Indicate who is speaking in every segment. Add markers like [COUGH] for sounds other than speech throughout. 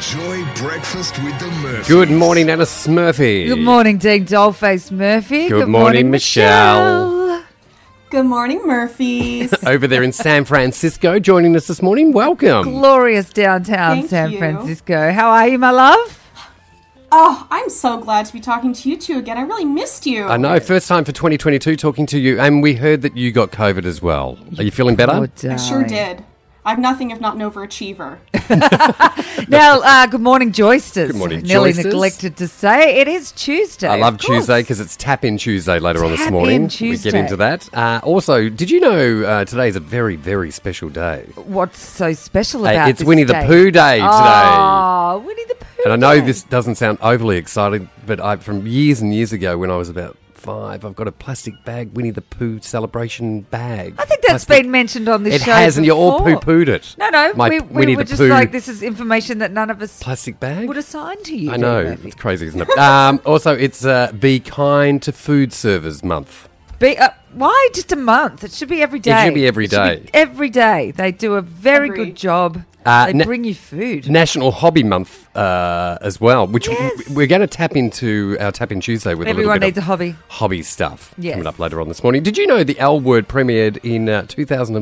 Speaker 1: Joy Breakfast with the Murphys.
Speaker 2: Good morning, Anna Smurfy.
Speaker 3: Good morning, Ding Dollface Murphy.
Speaker 2: Good morning, Michelle.
Speaker 4: Good morning,
Speaker 2: [LAUGHS]
Speaker 4: Murphy's.
Speaker 2: Over there in San Francisco, joining us this morning. Welcome.
Speaker 3: Glorious downtown
Speaker 4: Thank
Speaker 3: San
Speaker 4: you.
Speaker 3: Francisco. How are you, my love?
Speaker 4: oh, I'm so glad to be talking to you two again. I really missed you.
Speaker 2: I know, first time for 2022 talking to you, and we heard that you got COVID as well. Are you feeling
Speaker 3: Oh,
Speaker 2: better?
Speaker 4: I sure did. I'm nothing if not an overachiever.
Speaker 3: Now, uh, good morning, Joysters.
Speaker 2: Good morning,
Speaker 3: Nearly
Speaker 2: Joysters.
Speaker 3: neglected to say it is Tuesday.
Speaker 2: I love
Speaker 3: of course.
Speaker 2: Tuesday because it's Tap In Tuesday later on this
Speaker 3: Tap
Speaker 2: morning.
Speaker 3: In
Speaker 2: We
Speaker 3: Tuesday.
Speaker 2: get into that. Uh, also, did you know uh, today is a very, very special day?
Speaker 3: What's so special
Speaker 2: Hey,
Speaker 3: about
Speaker 2: it's
Speaker 3: this
Speaker 2: Winnie the
Speaker 3: day?
Speaker 2: Pooh Day today.
Speaker 3: Oh, Winnie the Pooh.
Speaker 2: And I know
Speaker 3: Day.
Speaker 2: this doesn't sound overly exciting, but I, from years and years ago when I was about five, I've got a plastic bag, Winnie the Pooh celebration bag.
Speaker 3: I think that's
Speaker 2: Plastic-
Speaker 3: been mentioned on the
Speaker 2: It
Speaker 3: show.
Speaker 2: has, and you all poo
Speaker 3: before.
Speaker 2: pooed it.
Speaker 3: No, no,
Speaker 2: My
Speaker 3: we,
Speaker 2: Winnie
Speaker 3: we were
Speaker 2: the
Speaker 3: just
Speaker 2: Pooh
Speaker 3: like this is information that none of us
Speaker 2: plastic bag.
Speaker 3: would assign to you.
Speaker 2: I
Speaker 3: Dean
Speaker 2: know
Speaker 3: Murphy.
Speaker 2: it's crazy, isn't it? [LAUGHS] um, also, it's uh, Be Kind to Food Servers Month.
Speaker 3: Be, uh, why just a month? It should be every day.
Speaker 2: should be every
Speaker 3: should be every day. They do a very
Speaker 4: Agreed.
Speaker 3: good job.
Speaker 2: Uh,
Speaker 3: they
Speaker 2: na-
Speaker 3: bring you food.
Speaker 2: National Hobby Month uh, as well, which
Speaker 3: Yes.
Speaker 2: we're going to tap into our Tap in Tuesday with a
Speaker 3: Everyone
Speaker 2: little bit
Speaker 3: needs a
Speaker 2: of
Speaker 3: hobby.
Speaker 2: hobby stuff
Speaker 3: Yes.
Speaker 2: coming up later on this morning. Did you know the L Word premiered in uh,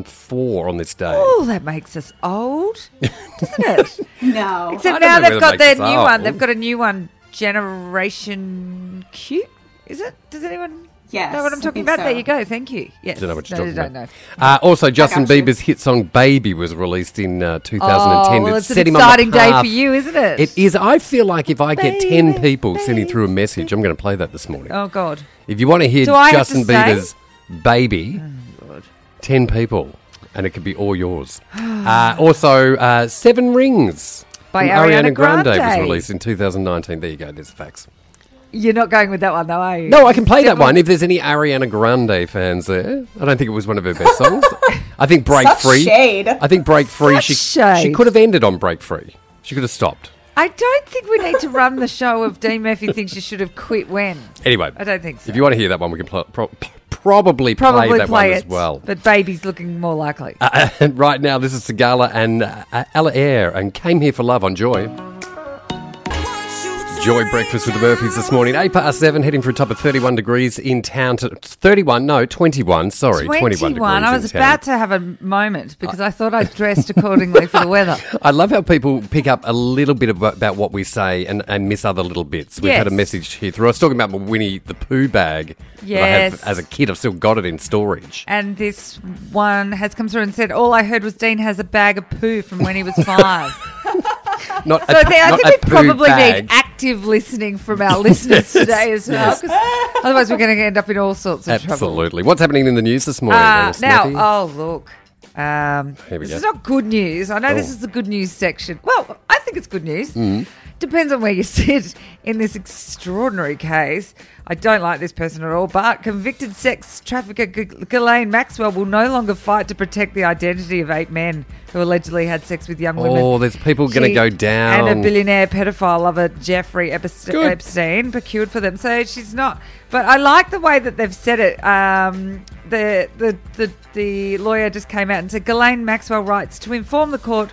Speaker 2: 2004 on this day?
Speaker 3: Oh, that makes us old, doesn't
Speaker 2: [LAUGHS]
Speaker 3: it? [LAUGHS]
Speaker 4: No.
Speaker 3: Except
Speaker 2: I don't know
Speaker 3: now
Speaker 2: whether
Speaker 3: they've
Speaker 2: it
Speaker 3: got their
Speaker 2: makes
Speaker 3: new
Speaker 2: us
Speaker 3: one. They've
Speaker 2: old.
Speaker 3: got a new one, Generation Q. Is it? Does anyone
Speaker 4: Yes,
Speaker 3: know what I'm
Speaker 4: I
Speaker 3: talking
Speaker 4: think
Speaker 3: about?
Speaker 4: so.
Speaker 3: There you go. Thank you. Yes.
Speaker 2: Don't know what you're
Speaker 3: no,
Speaker 2: talking
Speaker 3: you don't
Speaker 2: about.
Speaker 3: know.
Speaker 2: Uh, also, Justin
Speaker 4: gotcha.
Speaker 2: Bieber's hit song "Baby" was released in uh, 2010.
Speaker 3: Oh, well, it's an
Speaker 2: set him on the
Speaker 3: exciting day
Speaker 2: path.
Speaker 3: for you, isn't it?
Speaker 2: It is. I feel like if I get ten
Speaker 3: Baby,
Speaker 2: people sending
Speaker 3: baby.
Speaker 2: through a message, I'm going to play that this morning.
Speaker 3: Oh God.
Speaker 2: If you want to hear
Speaker 3: Do I have
Speaker 2: Justin
Speaker 3: to say? Oh,
Speaker 2: Bieber's "Baby," ten people, and it could be all yours. [GASPS] uh, also, uh, Seven Rings
Speaker 3: By
Speaker 2: from
Speaker 3: Ariana
Speaker 2: was
Speaker 3: Grande.
Speaker 2: released in 2019. There you go. There's the facts.
Speaker 3: You're not going with that one though, are you?
Speaker 2: No, I can play that
Speaker 3: Seven-
Speaker 2: one if there's any Ariana Grande fans there. I don't think it was one of her best
Speaker 3: [LAUGHS]
Speaker 2: songs. I think Break
Speaker 4: Such
Speaker 2: Free.
Speaker 4: shade.
Speaker 2: I think Break Free.
Speaker 3: Such
Speaker 2: She, she
Speaker 3: shade.
Speaker 2: could have ended on Break Free. She could have stopped.
Speaker 3: I don't think we need to run the show of Dean Murphy thinks you should have quit when.
Speaker 2: Anyway,
Speaker 3: I don't think so.
Speaker 2: If you want to hear that one, we can pl- pro- probably,
Speaker 3: Probably
Speaker 2: play
Speaker 3: play,
Speaker 2: that one
Speaker 3: it
Speaker 2: as well. Uh,
Speaker 3: But baby's looking more likely.
Speaker 2: and [LAUGHS] right now, this is Segala and uh, Ella Air and Came Here for Love on Joy. Joy breakfast with the Murphys this morning. 8 past 7, heading for a top of 31 degrees in town. To 31, no, 21, sorry, 21, degrees.
Speaker 3: I
Speaker 2: in
Speaker 3: was
Speaker 2: town.
Speaker 3: about to have a moment because I thought I dressed accordingly for the weather.
Speaker 2: I love how people pick up a little bit ab- about what we say and, and miss other little bits. We've had a
Speaker 3: Yes.
Speaker 2: message here through. I was talking about my Winnie the Pooh bag that I had
Speaker 3: Yes.
Speaker 2: as a kid. I've still got it in
Speaker 3: [LAUGHS]
Speaker 2: storage.
Speaker 3: And this one has come through and said, All I heard was Dean has a bag of poo from when
Speaker 2: [LAUGHS]
Speaker 3: he was five.
Speaker 2: Not
Speaker 3: so I
Speaker 2: a,
Speaker 3: think, I
Speaker 2: not
Speaker 3: think
Speaker 2: a
Speaker 3: we
Speaker 2: poo
Speaker 3: probably
Speaker 2: bag.
Speaker 3: need active listening from
Speaker 2: [LAUGHS]
Speaker 3: our listeners today as well. 'cause Otherwise, we're going to end up in all sorts of trouble.
Speaker 2: Absolutely. What's happening in the news this morning?
Speaker 3: Uh,
Speaker 2: Alice
Speaker 3: now,
Speaker 2: Murphy?
Speaker 3: oh look, um,
Speaker 2: Here we
Speaker 3: this
Speaker 2: go.
Speaker 3: is not good news. I know this
Speaker 2: Oh. Hmm.
Speaker 3: is the good news section. Well, I think it's good news. Depends on where you [LAUGHS] sit in this extraordinary case. I don't like this person at all, but convicted sex trafficker G- Ghislaine Maxwell will no longer fight to protect the identity of eight men who allegedly had sex with young women.
Speaker 2: Oh, there's people gonna
Speaker 3: She
Speaker 2: go down.
Speaker 3: And a billionaire pedophile lover, Jeffrey Epste-
Speaker 2: Good.
Speaker 3: Epstein, procured for them. So she's not. But I like the way that they've said it. Um, the, the, the, the lawyer just came out and said Ghislaine Maxwell writes to inform the court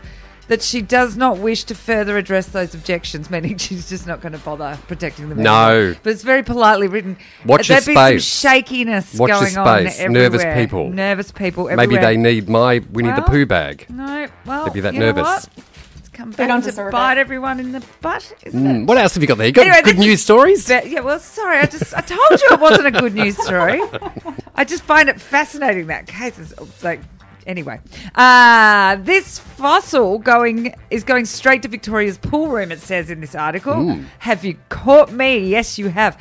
Speaker 3: that she does not wish to further address those objections, [LAUGHS] meaning she's just not going to bother protecting them.
Speaker 2: No.
Speaker 3: anymore. But it's very politely written.
Speaker 2: Watch
Speaker 3: There'd
Speaker 2: your
Speaker 3: be
Speaker 2: space.
Speaker 3: some shakiness
Speaker 2: Watch your
Speaker 3: going on
Speaker 2: space. Nervous
Speaker 3: everywhere.
Speaker 2: people.
Speaker 3: Nervous people everywhere.
Speaker 2: Maybe they need my Winnie the
Speaker 3: Well,
Speaker 2: Pooh bag.
Speaker 3: No, well,
Speaker 2: They'd be that
Speaker 3: you know
Speaker 2: nervous.
Speaker 3: what? It's come back
Speaker 4: don't
Speaker 3: to
Speaker 4: deserve
Speaker 3: bite
Speaker 4: it.
Speaker 3: everyone in the butt, isn't
Speaker 2: Mm,
Speaker 3: it?
Speaker 2: What else have you got there? You got
Speaker 3: Anyway,
Speaker 2: good
Speaker 3: this
Speaker 2: news stories?
Speaker 3: But, yeah, well, sorry, I just I told you it wasn't a good news
Speaker 2: [LAUGHS]
Speaker 3: story. I just find it fascinating that case is like. Anyway, uh, this fossil going is going straight to Victoria's pool room. It says in this article.
Speaker 2: Mm.
Speaker 3: Have you caught me? Yes, you have.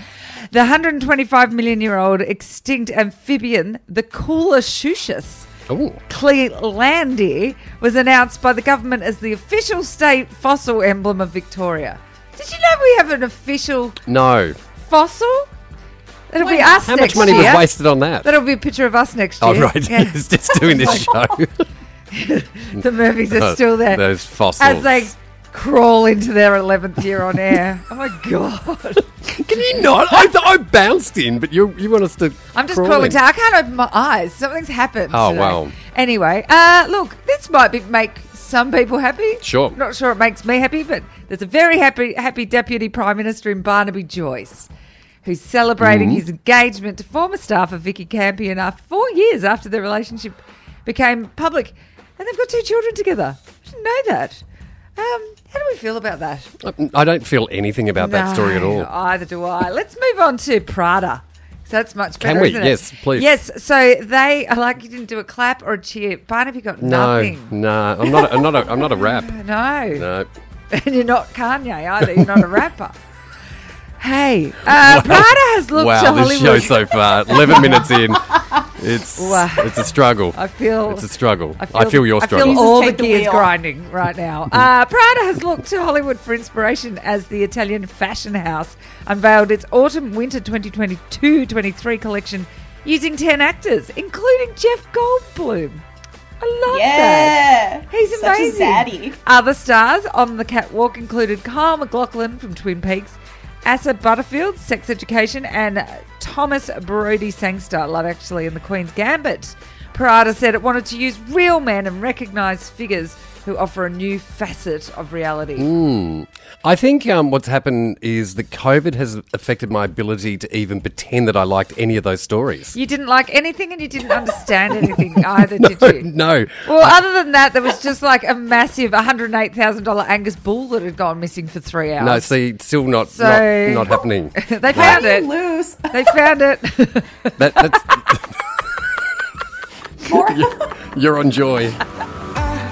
Speaker 3: The 125 million year old extinct amphibian, the Coolashooshus,
Speaker 2: Oh,
Speaker 3: Clelandy was announced by the government as the official state fossil emblem of Victoria. Did you know we have an official
Speaker 2: no.
Speaker 3: fossil? It'll be
Speaker 4: Wait,
Speaker 3: us
Speaker 2: How
Speaker 3: next
Speaker 2: much money
Speaker 3: year.
Speaker 2: was wasted on that?
Speaker 3: That'll be a picture of us next year.
Speaker 2: Oh, right. [LAUGHS]
Speaker 3: Yeah. Oh
Speaker 2: He's just doing
Speaker 3: [LAUGHS]
Speaker 2: this show.
Speaker 3: the Murphys are still there.
Speaker 2: Those fossils.
Speaker 3: as they crawl into their 11th year on air. oh my God.
Speaker 2: [LAUGHS] Can you not? I, th- I bounced in, but you you want us to.
Speaker 3: I'm just
Speaker 2: crawl
Speaker 3: crawling.
Speaker 2: in.
Speaker 3: To, I can't open my eyes. Something's happened.
Speaker 2: Oh,
Speaker 3: today.
Speaker 2: wow.
Speaker 3: Anyway, uh, look, this might be, make some people happy.
Speaker 2: Sure.
Speaker 3: Not sure it makes me happy, but there's a very happy, happy Deputy Prime Minister in Barnaby Joyce who's celebrating
Speaker 2: Mm-hmm.
Speaker 3: his engagement to former staffer Vicky Campion after four years after their relationship became public. And they've got two children together. I didn't know that. Um, how do we feel about that?
Speaker 2: I don't feel anything about that story at
Speaker 3: No, Oh,
Speaker 2: all.
Speaker 3: Either do I. Let's move on to Prada. So that's much better.
Speaker 2: Can we?
Speaker 3: isn't it?
Speaker 2: Yes, please.
Speaker 3: Yes. So they I like you didn't do a clap or a cheer. Barnaby got
Speaker 2: No,
Speaker 3: nothing.
Speaker 2: no, I'm not. A, I'm not. A, I'm not a
Speaker 3: [LAUGHS]
Speaker 2: rap.
Speaker 3: No.
Speaker 2: No.
Speaker 3: And you're not Kanye either. You're not a rapper.
Speaker 2: [LAUGHS]
Speaker 3: Hey, uh, Prada has looked
Speaker 2: wow,
Speaker 3: to
Speaker 2: this
Speaker 3: Hollywood.
Speaker 2: show so far. Eleven minutes
Speaker 3: [LAUGHS]
Speaker 2: in, it's
Speaker 3: Wow.
Speaker 2: it's a struggle.
Speaker 3: I feel
Speaker 2: it's a struggle. I feel, your struggle.
Speaker 3: I feel all the
Speaker 4: Jesus, take the
Speaker 3: gears
Speaker 4: wheel.
Speaker 3: grinding
Speaker 2: [LAUGHS]
Speaker 3: right now. Uh, Prada has looked to Hollywood for inspiration as the Italian fashion house unveiled its autumn winter 2022 23 collection using 10 actors, including Jeff Goldblum. I love that.
Speaker 4: Yeah.
Speaker 3: He's
Speaker 4: Such
Speaker 3: amazing.
Speaker 4: a zaddy.
Speaker 3: Other stars on the catwalk included Kyle McLaughlin from Twin Peaks, Asa Butterfield, Sex Education, and uh, Thomas Brody Sangster, Love Actually, and The Queen's Gambit. Parada said it wanted to use real men and recognise figures who offer a new facet of reality.
Speaker 2: I think um, what's happened is that COVID has affected my ability to even pretend that I liked any of those stories.
Speaker 3: You didn't like anything and you didn't understand anything either, did you?
Speaker 2: [LAUGHS] no.
Speaker 3: Well, other than that, there was just like a massive $108,000 Angus bull that had gone missing for three hours.
Speaker 2: No, see, still not
Speaker 3: So-
Speaker 2: not, not
Speaker 3: [LAUGHS]
Speaker 2: happening.
Speaker 3: they found
Speaker 4: You
Speaker 3: it.
Speaker 4: lose.
Speaker 3: They found it.
Speaker 2: That, that's, [LAUGHS] you're on joy.
Speaker 5: [LAUGHS]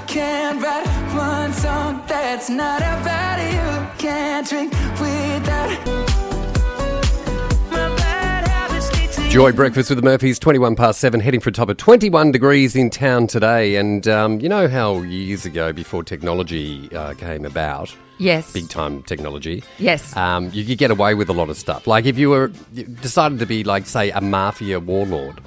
Speaker 5: Can't write one song that's not about you. Can't drink without my bad habits lead to
Speaker 2: Joy breakfast with the Murphys, 21 past 7, heading for a top of 21 degrees in town today. And um, you know how years ago, before technology uh, came about,
Speaker 3: yes.
Speaker 2: big time technology,
Speaker 3: Yes.
Speaker 2: um, you could get away with a lot of stuff. Like if you were you decided to be, like, say, a mafia
Speaker 3: [LAUGHS]
Speaker 2: warlord.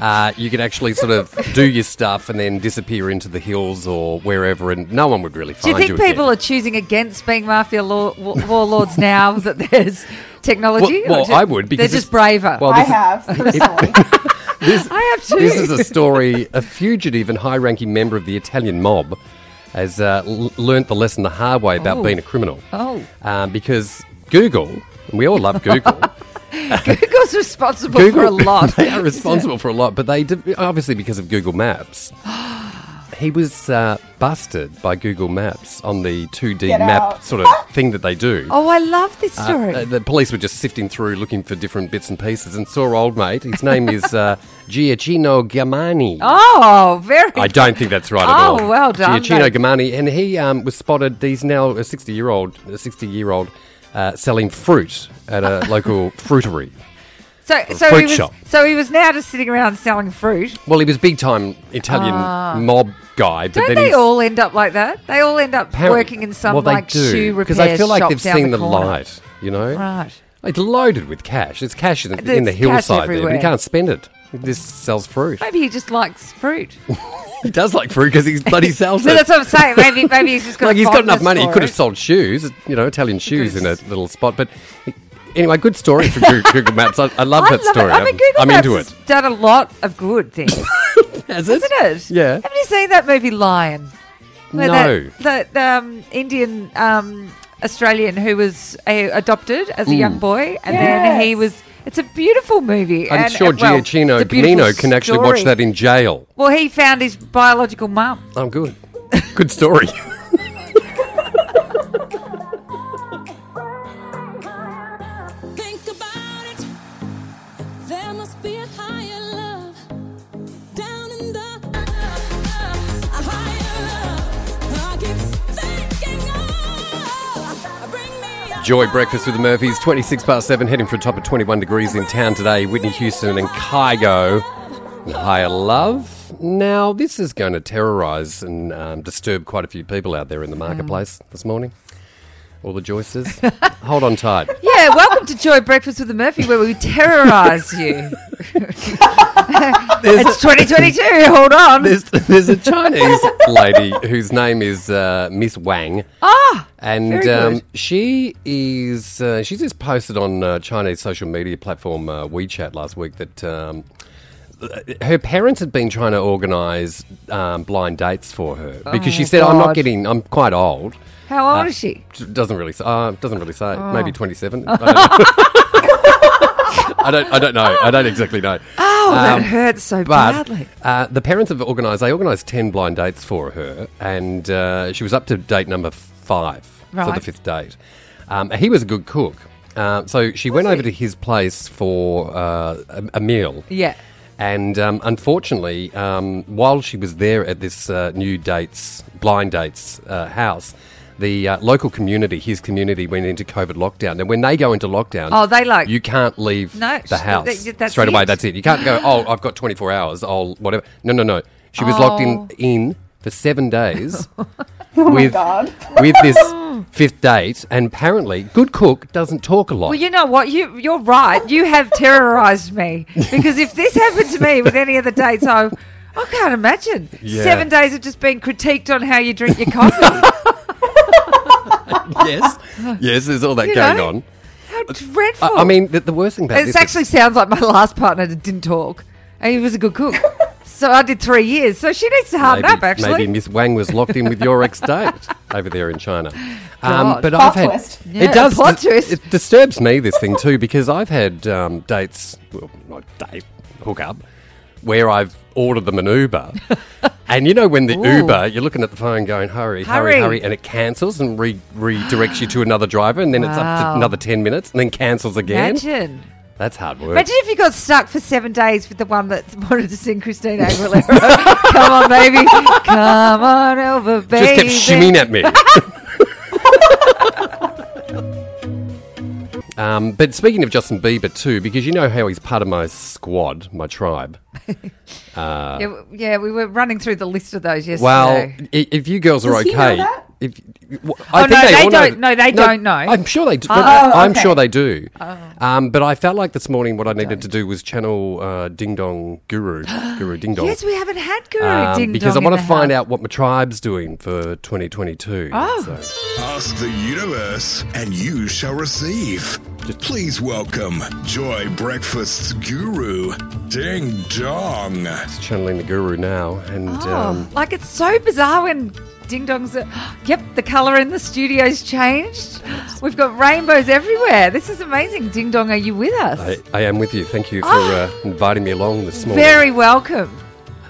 Speaker 2: Uh, you could actually sort of do your stuff and then disappear into the hills or wherever, and no one would really
Speaker 3: Do
Speaker 2: find
Speaker 3: you think
Speaker 2: again.
Speaker 3: people are choosing against being mafia law, wa- warlords now [LAUGHS] that there's technology?
Speaker 2: Well-
Speaker 3: Or
Speaker 2: well,
Speaker 3: ju-
Speaker 2: I would, because
Speaker 3: they're just
Speaker 2: it's-
Speaker 3: braver.
Speaker 2: well,
Speaker 4: I
Speaker 2: this is- [LAUGHS]
Speaker 4: have personally.
Speaker 3: I have too.
Speaker 2: This is a story. A fugitive and high ranking member of the Italian mob has uh, l- learnt the lesson the hard way about
Speaker 3: Oh.
Speaker 2: being a criminal.
Speaker 3: Oh.
Speaker 2: Um, because Google, and we all love
Speaker 3: [LAUGHS]
Speaker 2: Google,
Speaker 3: Google's responsible
Speaker 2: Google
Speaker 3: for a lot.
Speaker 2: [LAUGHS] they are
Speaker 3: [LAUGHS]
Speaker 2: responsible for a lot, but they did, obviously because of Google
Speaker 3: [GASPS]
Speaker 2: Maps. He was uh, busted by Google Maps on the 2D
Speaker 4: Get
Speaker 2: map
Speaker 4: out.
Speaker 2: sort of
Speaker 4: [LAUGHS]
Speaker 2: thing that they do.
Speaker 3: Oh, I love this
Speaker 2: Uh,
Speaker 3: story.
Speaker 2: uh, the police were just sifting through looking for different bits and pieces and saw old mate. His name is
Speaker 3: [LAUGHS]
Speaker 2: uh, Giacchino Gamani.
Speaker 3: oh, very.
Speaker 2: I don't think that's right at
Speaker 3: Oh,
Speaker 2: all.
Speaker 3: well done,
Speaker 2: Giacchino
Speaker 3: mate.
Speaker 2: Gamani, and he um, was spotted. He's now a sixty-year-old, a sixty-year-old uh, selling fruit at
Speaker 3: [LAUGHS]
Speaker 2: a local fruitery.
Speaker 3: so, so
Speaker 2: fruit
Speaker 3: he was.
Speaker 2: shop.
Speaker 3: So he was now just sitting around selling fruit.
Speaker 2: Well, he was big-time Italian mob guy, but
Speaker 3: Ah. Don't
Speaker 2: then
Speaker 3: they
Speaker 2: he's
Speaker 3: all end up like that? They all end up
Speaker 2: apparent-
Speaker 3: working in some
Speaker 2: well, they
Speaker 3: like
Speaker 2: do,
Speaker 3: shoe repair
Speaker 2: because I feel like
Speaker 3: shop
Speaker 2: they've
Speaker 3: down
Speaker 2: seen the,
Speaker 3: corner.
Speaker 2: light. You know,
Speaker 3: Right.
Speaker 2: It's loaded with cash. It's cash in, the-
Speaker 3: There's
Speaker 2: in the
Speaker 3: cash
Speaker 2: hillside there, but he
Speaker 3: everywhere.
Speaker 2: can't spend it. He just sells
Speaker 3: [LAUGHS]
Speaker 2: fruit.
Speaker 3: Maybe he just likes fruit.
Speaker 2: He does like fruit because he's
Speaker 3: [LAUGHS]
Speaker 2: bloody sells
Speaker 3: so
Speaker 2: it.
Speaker 3: that's what I'm saying. Maybe, maybe he's just got.
Speaker 2: like
Speaker 3: a
Speaker 2: he's got enough
Speaker 3: fondness
Speaker 2: money. He
Speaker 3: for
Speaker 2: could have
Speaker 3: it.
Speaker 2: sold shoes, you know, Italian shoes in a
Speaker 3: could've-
Speaker 2: little spot. But anyway, good story for
Speaker 3: [LAUGHS]
Speaker 2: Goo- Google Maps. I, I love
Speaker 3: I
Speaker 2: that
Speaker 3: love
Speaker 2: story.
Speaker 3: It. I mean, Google
Speaker 2: I'm
Speaker 3: Maps
Speaker 2: into
Speaker 3: has
Speaker 2: it.
Speaker 3: done a lot of good things,
Speaker 2: [LAUGHS] Has
Speaker 3: hasn't it?
Speaker 2: Yeah.
Speaker 3: Haven't you seen that movie Lion?
Speaker 2: No.
Speaker 3: That, that um, Indian um, Australian who was uh adopted as a young
Speaker 2: Mm.
Speaker 3: boy, and then he
Speaker 4: Yes.
Speaker 3: was. It's a beautiful movie.
Speaker 2: I'm
Speaker 3: and,
Speaker 2: sure
Speaker 3: uh, well,
Speaker 2: Giacchino
Speaker 3: it's a beautiful
Speaker 2: Gamino can actually watch
Speaker 3: story.
Speaker 2: that in jail.
Speaker 3: Well, he found his biological mum.
Speaker 2: I'm
Speaker 3: [LAUGHS]
Speaker 2: good. Good story.
Speaker 6: Think about it. There must be a higher love down in the a higher love. I keep thinking of. Bring me up.
Speaker 2: Joy breakfast with the Murphys, 26 past 7, heading for a top of 21 degrees in town today. Whitney Houston and Kygo. Higher love. Now, this is going to terrorise and um, disturb quite a few people out there in the marketplace this morning. All the joisters. [LAUGHS] Hold on tight.
Speaker 3: Yeah, welcome to Joy Breakfast with the Murphy, where we terrorise [LAUGHS] you. it's 2022. Hold on.
Speaker 2: There's, there's
Speaker 3: [LAUGHS]
Speaker 2: a Chinese lady whose name is uh, Miss Wang.
Speaker 3: Ah,
Speaker 2: and
Speaker 3: very good.
Speaker 2: um, she is uh, she just posted on uh, Chinese social media platform uh, WeChat last week that um, her parents had been trying to organise um, blind dates for her because she
Speaker 3: my
Speaker 2: said, "I'm
Speaker 3: Oh, God.
Speaker 2: not getting. I'm quite old."
Speaker 3: How old is she? Oh.
Speaker 2: T- Doesn't really. s- Uh, doesn't really say.
Speaker 3: [LAUGHS]
Speaker 2: Maybe 27. I don't know. I don't. I don't know. [LAUGHS] I don't exactly
Speaker 3: [LAUGHS]
Speaker 2: know.
Speaker 3: Oh, that
Speaker 2: Um,
Speaker 3: hurts so
Speaker 2: But
Speaker 3: badly.
Speaker 2: uh, the parents have organised. They organised ten blind dates for her, and uh, she was up to date number five for the
Speaker 3: Right.
Speaker 2: fifth date. Um, he was a good cook, uh, so she went over to his place for uh, a, a meal.
Speaker 3: Yeah.
Speaker 2: And um, unfortunately, um, while she was there at this uh, new dates blind dates uh, house, the uh, local community, his community, went into COVID lockdown. And when they go into lockdown,
Speaker 3: Oh, they like-
Speaker 2: you can't leave
Speaker 3: No,
Speaker 2: the
Speaker 3: sh-
Speaker 2: house
Speaker 3: th- th- that's
Speaker 2: straight away.
Speaker 3: it.
Speaker 2: That's it. You can't
Speaker 3: [LAUGHS]
Speaker 2: go. Oh, I've got 24 hours. I'll whatever. No, no, no. She was locked
Speaker 3: Oh.
Speaker 2: in in for seven
Speaker 3: [LAUGHS]
Speaker 2: days with with this fifth date, and apparently, good cook doesn't talk a lot.
Speaker 3: Well, you know what? You you're right. You have terrorized me because if this happened to me with any of the dates, I I can't imagine.
Speaker 2: Yeah.
Speaker 3: Seven days of just being critiqued on how you drink
Speaker 2: [LAUGHS]
Speaker 3: your coffee.
Speaker 2: [LAUGHS] yes, yes. There's all that
Speaker 3: You
Speaker 2: going
Speaker 3: know?
Speaker 2: on.
Speaker 3: how dreadful.
Speaker 2: I, I mean, the, the worst thing about
Speaker 3: it
Speaker 2: this is-
Speaker 3: actually sounds like my last partner that didn't talk, and he was a
Speaker 2: [LAUGHS]
Speaker 3: good cook. so I did three years. So she needs to harden
Speaker 2: maybe,
Speaker 3: up. Oh, Actually,
Speaker 2: maybe Miss Wang was locked in with your ex date over there in China. Um,
Speaker 3: God.
Speaker 2: but
Speaker 4: Plot
Speaker 2: I've had
Speaker 4: twist.
Speaker 3: Yeah,
Speaker 2: it does
Speaker 3: plot twist.
Speaker 2: It disturbs me this thing too because I've had um, dates, well, not date hook up, where I've ordered them an
Speaker 3: [LAUGHS]
Speaker 2: Uber, and you know when the
Speaker 3: Ooh.
Speaker 2: Uber, you're looking at the phone going hurry, hurry,
Speaker 3: Hurry.
Speaker 2: hurry, and it cancels and re- redirects you to another driver, and then it's up
Speaker 3: Wow.
Speaker 2: to another ten minutes, and then cancels again.
Speaker 3: imagine.
Speaker 2: That's hard work.
Speaker 3: Imagine if you got stuck for seven days with the one that [LAUGHS] wanted to sing Christina Aguilera. Come on, baby. Come on over, baby.
Speaker 2: Just kept shimmying at
Speaker 3: [LAUGHS]
Speaker 2: me. um, but speaking of Justin Bieber too, because you know how he's part of my squad, my tribe.
Speaker 3: Yeah, w- yeah, we were running through the list of those yesterday.
Speaker 2: Well, i- if you girls are
Speaker 4: Does he know
Speaker 2: okay,
Speaker 4: that?
Speaker 2: if w- I
Speaker 3: Oh,
Speaker 2: think
Speaker 3: no, they
Speaker 2: all know
Speaker 3: don't- no, they don't know. Oh.
Speaker 2: I'm sure they do. no,
Speaker 4: Oh,
Speaker 2: I'm
Speaker 4: okay.
Speaker 2: sure they do. Um, but I felt like this morning what I needed to do was channel uh, Ding Dong
Speaker 3: [GASPS]
Speaker 2: Guru, Guru Ding Dong.
Speaker 3: yes, we haven't had Guru
Speaker 2: um,
Speaker 3: Ding
Speaker 2: because I
Speaker 3: Dong
Speaker 2: want
Speaker 3: in
Speaker 2: to
Speaker 3: the
Speaker 2: find
Speaker 3: house.
Speaker 2: out what my tribe's doing for 2022.
Speaker 3: Oh.
Speaker 2: So-
Speaker 1: Ask the universe and you shall receive. Please welcome Joy Breakfast's guru, Ding Dong.
Speaker 2: channeling the guru now, and
Speaker 3: Oh,
Speaker 2: um,
Speaker 3: like it's so bizarre when Ding Dong's. Are, [GASPS] yep, the colour in the studio's changed. We've got rainbows everywhere. This is amazing. Ding Dong, are you with us?
Speaker 2: I, I am with you. Thank you for uh,
Speaker 3: Oh.
Speaker 2: inviting me along this morning.
Speaker 3: Very welcome.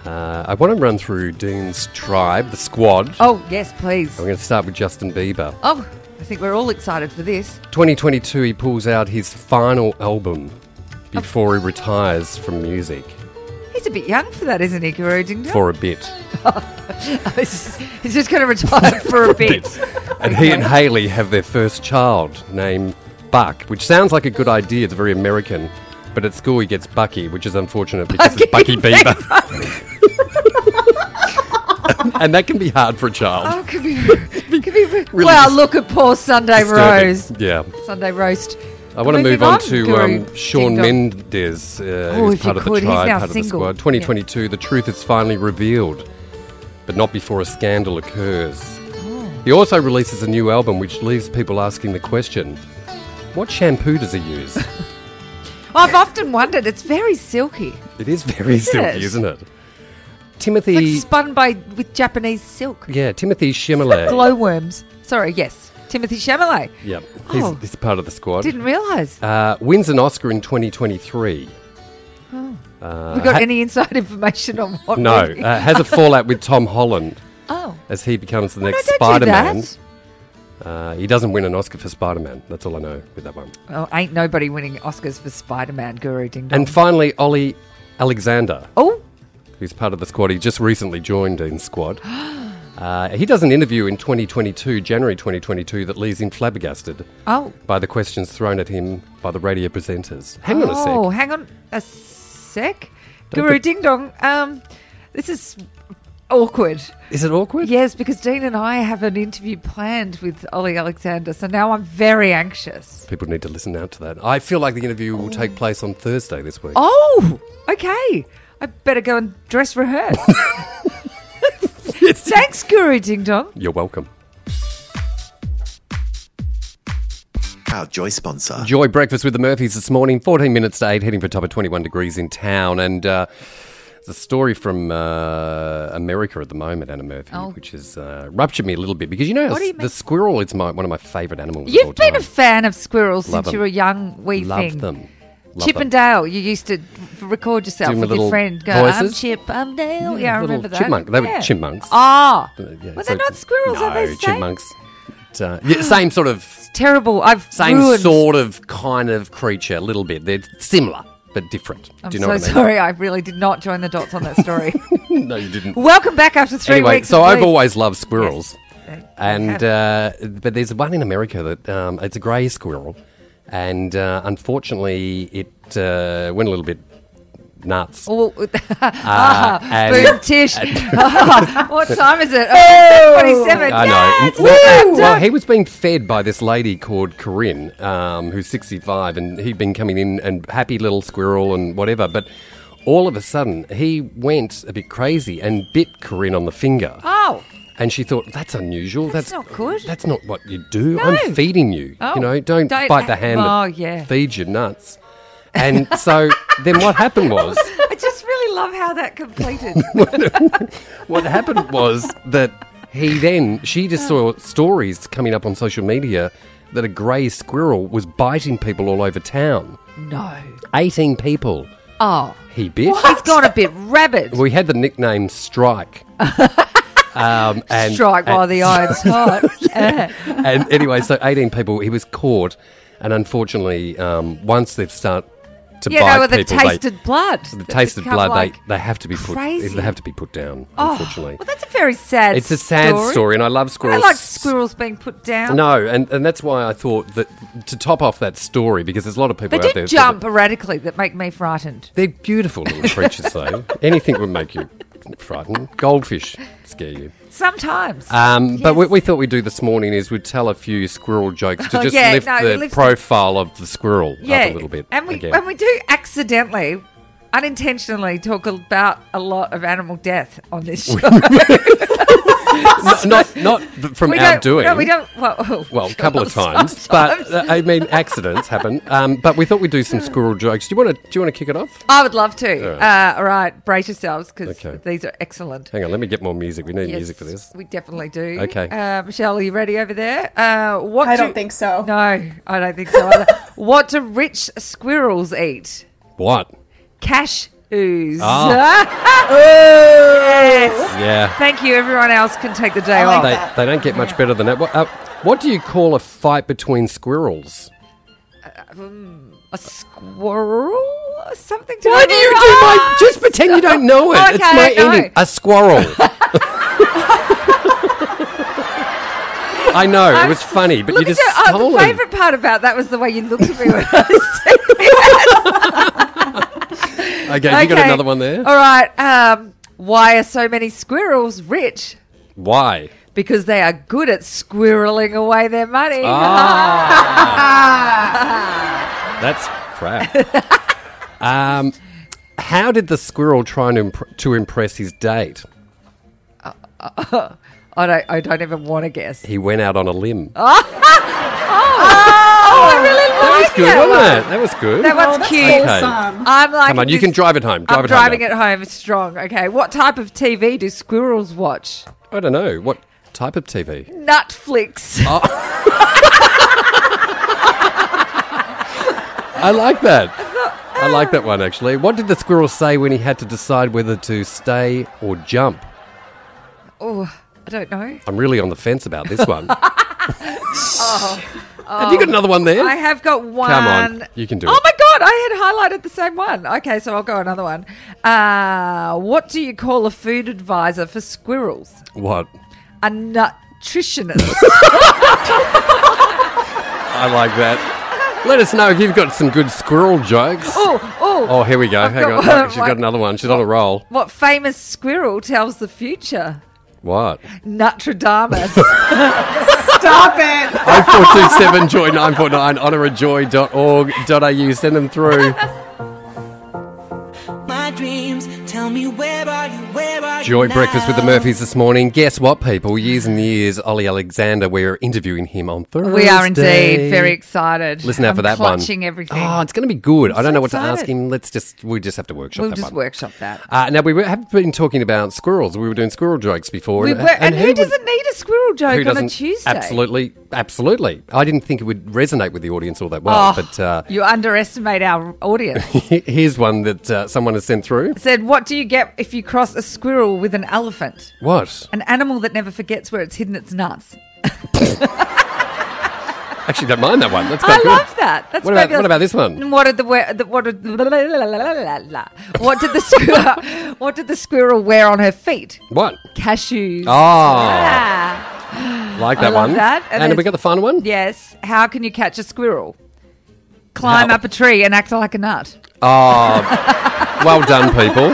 Speaker 2: Uh, I want to run through Dean's tribe, the squad.
Speaker 3: Oh, yes, please.
Speaker 2: I'm going to start with Justin Bieber.
Speaker 3: Oh, I think we're all excited for this.
Speaker 2: 2022, he pulls out his final album
Speaker 3: Oh.
Speaker 2: before he retires from music
Speaker 3: He's a bit young for that, isn't he, Guru Ding Dong?
Speaker 2: for a bit.
Speaker 3: [LAUGHS] He's he's just going to
Speaker 2: [LAUGHS]
Speaker 3: retire for a bit.
Speaker 2: And he and Haley have their first child named Buck, which sounds like a good idea. It's very American. But at school, he gets Bucky, which is unfortunate because it's Bucky
Speaker 3: [LAUGHS] Bucky
Speaker 2: Bieber. [LAUGHS] and that can be hard for a child.
Speaker 3: Oh,
Speaker 2: [LAUGHS]
Speaker 3: could be, could be. wow,
Speaker 2: dis-
Speaker 3: look at poor Sunday
Speaker 2: Disturbing.
Speaker 3: Rose.
Speaker 2: Yeah.
Speaker 3: Sunday roast.
Speaker 2: I want to
Speaker 3: Moving
Speaker 2: move on,
Speaker 3: on,
Speaker 2: to
Speaker 3: Guru
Speaker 2: um, Sean
Speaker 3: Ding Dong.
Speaker 2: Mendes, uh,
Speaker 3: Oh,
Speaker 2: who's
Speaker 3: if you
Speaker 2: part of the
Speaker 3: could, he's
Speaker 2: tribe,
Speaker 3: now
Speaker 2: part of the
Speaker 3: single.
Speaker 2: squad. 2022, the truth is finally revealed, but not before a scandal occurs.
Speaker 3: Oh.
Speaker 2: He also releases a new album, which leaves people asking the question what shampoo does he
Speaker 3: [LAUGHS]
Speaker 2: use?
Speaker 3: I've often wondered. It's very silky.
Speaker 2: it is very silky,
Speaker 3: it?
Speaker 2: isn't it?
Speaker 3: It's
Speaker 2: Timothy.
Speaker 3: like spun by with Japanese silk.
Speaker 2: yeah, Timothy Chalamet.
Speaker 3: Glowworms. Sorry, yes. Timothy Chalamet.
Speaker 2: yep, he's,
Speaker 3: Oh.
Speaker 2: he's part of the squad.
Speaker 3: Didn't realise.
Speaker 2: Uh, wins an Oscar in 2023.
Speaker 3: Oh. we got any inside information on what?
Speaker 2: Uh,
Speaker 3: [LAUGHS]
Speaker 2: No,
Speaker 3: we-
Speaker 2: uh, has a fallout with Tom Holland.
Speaker 3: oh.
Speaker 2: as he becomes the
Speaker 3: No,
Speaker 2: next
Speaker 3: don't
Speaker 2: Spider Man.
Speaker 3: do that.
Speaker 2: Uh, he doesn't win an Oscar for Spider Man. That's all I know with that one.
Speaker 3: Oh, ain't nobody winning Oscars for Spider-Man, Guru Ding Dong.
Speaker 2: And finally, Ollie Alexander,
Speaker 3: oh,
Speaker 2: who's part of the squad. He just recently joined in
Speaker 3: [GASPS]
Speaker 2: squad. Uh, he does an interview in 2022, January 2022, that leaves him flabbergasted
Speaker 3: oh,
Speaker 2: by the questions thrown at him by the radio presenters. Hang on
Speaker 3: oh,
Speaker 2: a sec.
Speaker 3: hang on a sec,
Speaker 2: Don't
Speaker 3: Guru
Speaker 2: put-
Speaker 3: Ding Dong. Um, This is
Speaker 2: [LAUGHS]
Speaker 3: awkward.
Speaker 2: Is it awkward?
Speaker 3: Yes, because Dean and I have an interview planned with Ollie Alexander, so now I'm very anxious.
Speaker 2: People need to listen out to that. I feel like the interview will take place on Thursday this week.
Speaker 3: Oh, okay. I better go and dress
Speaker 2: [LAUGHS]
Speaker 3: rehearse. Thanks, Guru Ding Dong.
Speaker 2: You're welcome.
Speaker 7: Our Joy sponsor.
Speaker 2: Joy breakfast with the Murphys this morning, 14 minutes to 8, heading for top of 21 degrees in town. And uh, it's a story from uh, America at the moment, Anna Murphy,
Speaker 3: Oh.
Speaker 2: which has uh, ruptured me a little bit because you know,
Speaker 3: What do you
Speaker 2: the
Speaker 3: mean?
Speaker 2: squirrel is my, one of my favourite animals. of all
Speaker 3: You've been
Speaker 2: time.
Speaker 3: a fan of squirrels
Speaker 2: Love
Speaker 3: since
Speaker 2: 'em.
Speaker 3: you were a young wee
Speaker 2: Love
Speaker 3: thing.
Speaker 2: them. Love
Speaker 3: Chip
Speaker 2: them.
Speaker 3: and Dale, you used to record yourself
Speaker 2: Doing the
Speaker 3: with your
Speaker 2: little
Speaker 3: friend. Go, I'm
Speaker 2: voices.
Speaker 3: Chip, I'm Dale. Yeah, I
Speaker 2: little
Speaker 3: remember that.
Speaker 2: chipmunk. They were
Speaker 3: Yeah.
Speaker 2: chipmunks.
Speaker 3: Ah,
Speaker 2: Uh, yeah,
Speaker 3: well,
Speaker 2: so-
Speaker 3: they're not squirrels,
Speaker 2: no,
Speaker 3: are they? Same?
Speaker 2: chipmunks. But, uh, yeah, same sort of,
Speaker 3: Terrible. I've
Speaker 2: same
Speaker 3: ruined.
Speaker 2: sort of kind of creature, a little bit. They're similar but different.
Speaker 3: I'm
Speaker 2: Do you know
Speaker 3: so
Speaker 2: what I mean?
Speaker 3: sorry. I really did not join the dots on that story. [LAUGHS]
Speaker 2: No, you didn't.
Speaker 3: Welcome back after three
Speaker 2: anyway,
Speaker 3: weeks.
Speaker 2: so
Speaker 3: of
Speaker 2: I've
Speaker 3: leave.
Speaker 2: always loved squirrels,
Speaker 3: Yes.
Speaker 2: and uh, but there's one in America that um, it's a grey squirrel, and uh, unfortunately it uh, went a little bit nuts. Uh,
Speaker 3: Well, [LAUGHS] ah,
Speaker 2: and-
Speaker 3: boom,
Speaker 2: [LAUGHS]
Speaker 3: Tish. [LAUGHS] what time is it? Oh, it's 27.
Speaker 2: I know. well, uh,
Speaker 3: Yes, well
Speaker 2: well,
Speaker 3: done.
Speaker 2: he was being fed by this lady called Corinne, um, who's 65, and he'd been coming in and happy little squirrel and whatever. But all of a sudden, he went a bit crazy and bit Corinne on the finger.
Speaker 3: Oh,
Speaker 2: And she thought, that's unusual. That's,
Speaker 3: not good."
Speaker 2: That's not what you do.
Speaker 3: No.
Speaker 2: I'm feeding you.
Speaker 3: Oh,
Speaker 2: you know, don't,
Speaker 3: don't-
Speaker 2: bite the hand
Speaker 3: Oh,
Speaker 2: that
Speaker 3: yeah.
Speaker 2: feeds you nuts. And so then what happened
Speaker 3: [LAUGHS]
Speaker 2: was,
Speaker 3: I just really love how that completed. [LAUGHS]
Speaker 2: what happened was that he then, she just saw stories coming up on social media that a grey squirrel was biting people all over town.
Speaker 3: no.
Speaker 2: 18 people
Speaker 3: Oh,
Speaker 2: he bit.
Speaker 3: it's gone a bit rabid.
Speaker 2: We had the nickname
Speaker 3: [LAUGHS]
Speaker 2: Strike. um, and,
Speaker 3: Strike while
Speaker 2: and- [LAUGHS]
Speaker 3: the iron's hot.
Speaker 2: and anyway, so 18 people, he was caught. And unfortunately, um, once they've start to
Speaker 3: yeah,
Speaker 2: bite
Speaker 3: no, with the
Speaker 2: people, they-
Speaker 3: tasted blood.
Speaker 2: the
Speaker 3: that's
Speaker 2: tasted
Speaker 3: become,
Speaker 2: blood,
Speaker 3: like-
Speaker 2: they, they have to be put,
Speaker 3: crazy.
Speaker 2: they have to be put down.
Speaker 3: Oh,
Speaker 2: unfortunately,
Speaker 3: well, that's a very sad
Speaker 2: it's a sad story. and I love
Speaker 3: I
Speaker 2: squirrels.
Speaker 3: like squirrels being put down.
Speaker 2: No, and, and that's why I thought that to top off that story, because there's a lot of people
Speaker 3: They
Speaker 2: out
Speaker 3: do
Speaker 2: there. that-
Speaker 3: jump erratically that make me frightened.
Speaker 2: They're beautiful little creatures, though. Anything would make you frightened. Goldfish scare you.
Speaker 3: Sometimes.
Speaker 2: Um, But what
Speaker 3: Yes.
Speaker 2: we thought we'd do this morning is we'd tell a few squirrel jokes to
Speaker 3: [LAUGHS] Oh,
Speaker 2: just
Speaker 3: yeah,
Speaker 2: lift
Speaker 3: no,
Speaker 2: the
Speaker 3: lift it.
Speaker 2: profile of the squirrel
Speaker 3: yeah,
Speaker 2: up a little bit.
Speaker 3: And we
Speaker 2: again.
Speaker 3: and we do accidentally, unintentionally talk about a lot of animal death on this show.
Speaker 2: [LAUGHS] not, not, not th- from
Speaker 3: we
Speaker 2: our
Speaker 3: don't,
Speaker 2: doing.
Speaker 3: No, we don't. Well, oh,
Speaker 2: Well, a
Speaker 3: sure,
Speaker 2: couple of times, but uh,
Speaker 3: [LAUGHS] sometimes.
Speaker 2: I mean, accidents happen. Um, but we thought we'd do some squirrel jokes. Do you want to? Do you want to kick it off?
Speaker 3: I would love to. All
Speaker 2: right.
Speaker 3: right, uh, all right brace yourselves because
Speaker 2: Okay.
Speaker 3: these are excellent.
Speaker 2: Hang on, let me get more music. We need
Speaker 3: Yes,
Speaker 2: music for this.
Speaker 3: We definitely do.
Speaker 2: Okay.
Speaker 3: Uh, Michelle, are you ready over there? Uh, what
Speaker 4: I
Speaker 3: do-
Speaker 4: don't think so.
Speaker 3: No, I don't think so
Speaker 4: [LAUGHS]
Speaker 3: either. what do rich squirrels eat?
Speaker 2: What?
Speaker 3: Cash ooze.
Speaker 2: Ah.
Speaker 3: [LAUGHS] Yes.
Speaker 2: Yeah.
Speaker 3: Thank you. Everyone else can take the day off.
Speaker 4: like
Speaker 2: They,
Speaker 4: that.
Speaker 2: they don't get much better than that. What, uh, what do you call a fight between squirrels?
Speaker 3: a squirrel? Something to
Speaker 2: Why do you do my? Just pretend you don't know it. it's
Speaker 3: Okay,
Speaker 2: my
Speaker 3: no.
Speaker 2: eating. A squirrel. I know it was funny, but
Speaker 3: Look
Speaker 2: you
Speaker 3: at
Speaker 2: just
Speaker 3: your- oh,
Speaker 2: stole
Speaker 3: the
Speaker 2: it.
Speaker 3: favourite part about that was the way you looked at me when
Speaker 2: [LAUGHS]
Speaker 3: I was
Speaker 2: Okay, have you got another one there?
Speaker 3: All right. Um, why are so many squirrels rich?
Speaker 2: Why?
Speaker 3: Because they are good at squirreling away their money.
Speaker 2: Ah. That's crap. um, how did the squirrel try to, imp- to impress his date?
Speaker 3: I don't. I don't even want to guess.
Speaker 2: He went out on a limb.
Speaker 3: Oh, I really
Speaker 2: that was
Speaker 3: like
Speaker 2: good,
Speaker 3: that
Speaker 2: wasn't
Speaker 3: one.
Speaker 2: it? That was good.
Speaker 3: That one's
Speaker 4: that's
Speaker 3: cute.
Speaker 4: wholesome.
Speaker 3: I'm like.
Speaker 2: Come on, you
Speaker 3: this-
Speaker 2: can drive it home. Drive
Speaker 3: I'm
Speaker 2: it
Speaker 3: driving
Speaker 2: home.
Speaker 3: it home strong. Okay, what type of TV do squirrels watch?
Speaker 2: I don't know what type of TV.
Speaker 3: Netflix.
Speaker 2: Oh. I like that. I like
Speaker 3: oh.
Speaker 2: that one actually. What did the squirrel say when he had to decide whether to stay or jump?
Speaker 3: Oh, [LAUGHS] I don't know.
Speaker 2: I'm really on the fence about this
Speaker 3: [LAUGHS]
Speaker 2: one. [LAUGHS] Have you got another one there?
Speaker 3: Oh. I have got one.
Speaker 2: on, you can do
Speaker 3: Oh
Speaker 2: it.
Speaker 3: my god, I had highlighted the same one. Okay, so I'll go another one. Uh, what do you call a food advisor for squirrels?
Speaker 2: what? [LAUGHS]
Speaker 3: A nutritionist.
Speaker 2: I like that. Let us know if you've got some good squirrel jokes.
Speaker 3: Oh, oh.
Speaker 2: Oh, here we go.
Speaker 3: I've
Speaker 2: Hang
Speaker 3: got [LAUGHS]
Speaker 2: on.
Speaker 3: one.
Speaker 2: Oh, She's got another one. She's on a roll.
Speaker 3: What famous squirrel tells the future?
Speaker 2: What? [LAUGHS]
Speaker 3: Notre Dame.
Speaker 4: Stop it.
Speaker 2: 0427 joy 949 honour a joy.org.au. Send them
Speaker 3: [LAUGHS]
Speaker 2: through.
Speaker 5: My dreams tell me where are you, where are
Speaker 2: Joy
Speaker 5: you now?
Speaker 2: Breakfast with the Murphys this morning. Guess what, people? Years and years, Ollie Alexander, we're interviewing him on Thursday.
Speaker 3: we are indeed very excited.
Speaker 2: Listen out
Speaker 3: I'm
Speaker 2: for that one.
Speaker 3: clutching everything.
Speaker 2: Oh, it's going to be good. I'm I do not
Speaker 3: so
Speaker 2: know what to ask
Speaker 3: excited.
Speaker 2: him. Let's just, we just have to workshop
Speaker 3: we'll
Speaker 2: that
Speaker 3: just
Speaker 2: one.
Speaker 3: workshop that.
Speaker 2: Uh, now, we were- have been talking about squirrels. We were doing squirrel jokes before.
Speaker 3: We were, and, who
Speaker 2: would-
Speaker 3: doesn't need a squirrel joke
Speaker 2: who
Speaker 3: on a
Speaker 2: doesn't-
Speaker 3: Tuesday?
Speaker 2: Absolutely. Absolutely. I didn't think it would resonate with the audience all that well.
Speaker 3: Oh,
Speaker 2: But uh,
Speaker 3: you underestimate our
Speaker 2: [LAUGHS]
Speaker 3: audience.
Speaker 2: here's one that uh, someone has sent through.
Speaker 3: Said, what do you get if you cross a squirrel with an elephant?
Speaker 2: What?
Speaker 3: An animal that never forgets where it's hidden its nuts.
Speaker 2: Actually, don't mind that one. That's quite
Speaker 3: I
Speaker 2: good.
Speaker 3: love that. That's
Speaker 2: What about-
Speaker 3: fabulous.
Speaker 2: what about this one?
Speaker 3: And What did the, we- the what did what did the squirrel [LAUGHS] what did the squirrel wear on her feet?
Speaker 2: What?
Speaker 3: Cashews.
Speaker 2: Oh,
Speaker 3: Ah.
Speaker 2: like
Speaker 3: I
Speaker 2: that
Speaker 3: love
Speaker 2: one.
Speaker 3: that. And
Speaker 2: And, have we
Speaker 3: there's-
Speaker 2: got the final one?
Speaker 3: Yes. How can you catch a squirrel? Climb
Speaker 2: How?
Speaker 3: up a tree and act like a nut.
Speaker 2: Well done, people.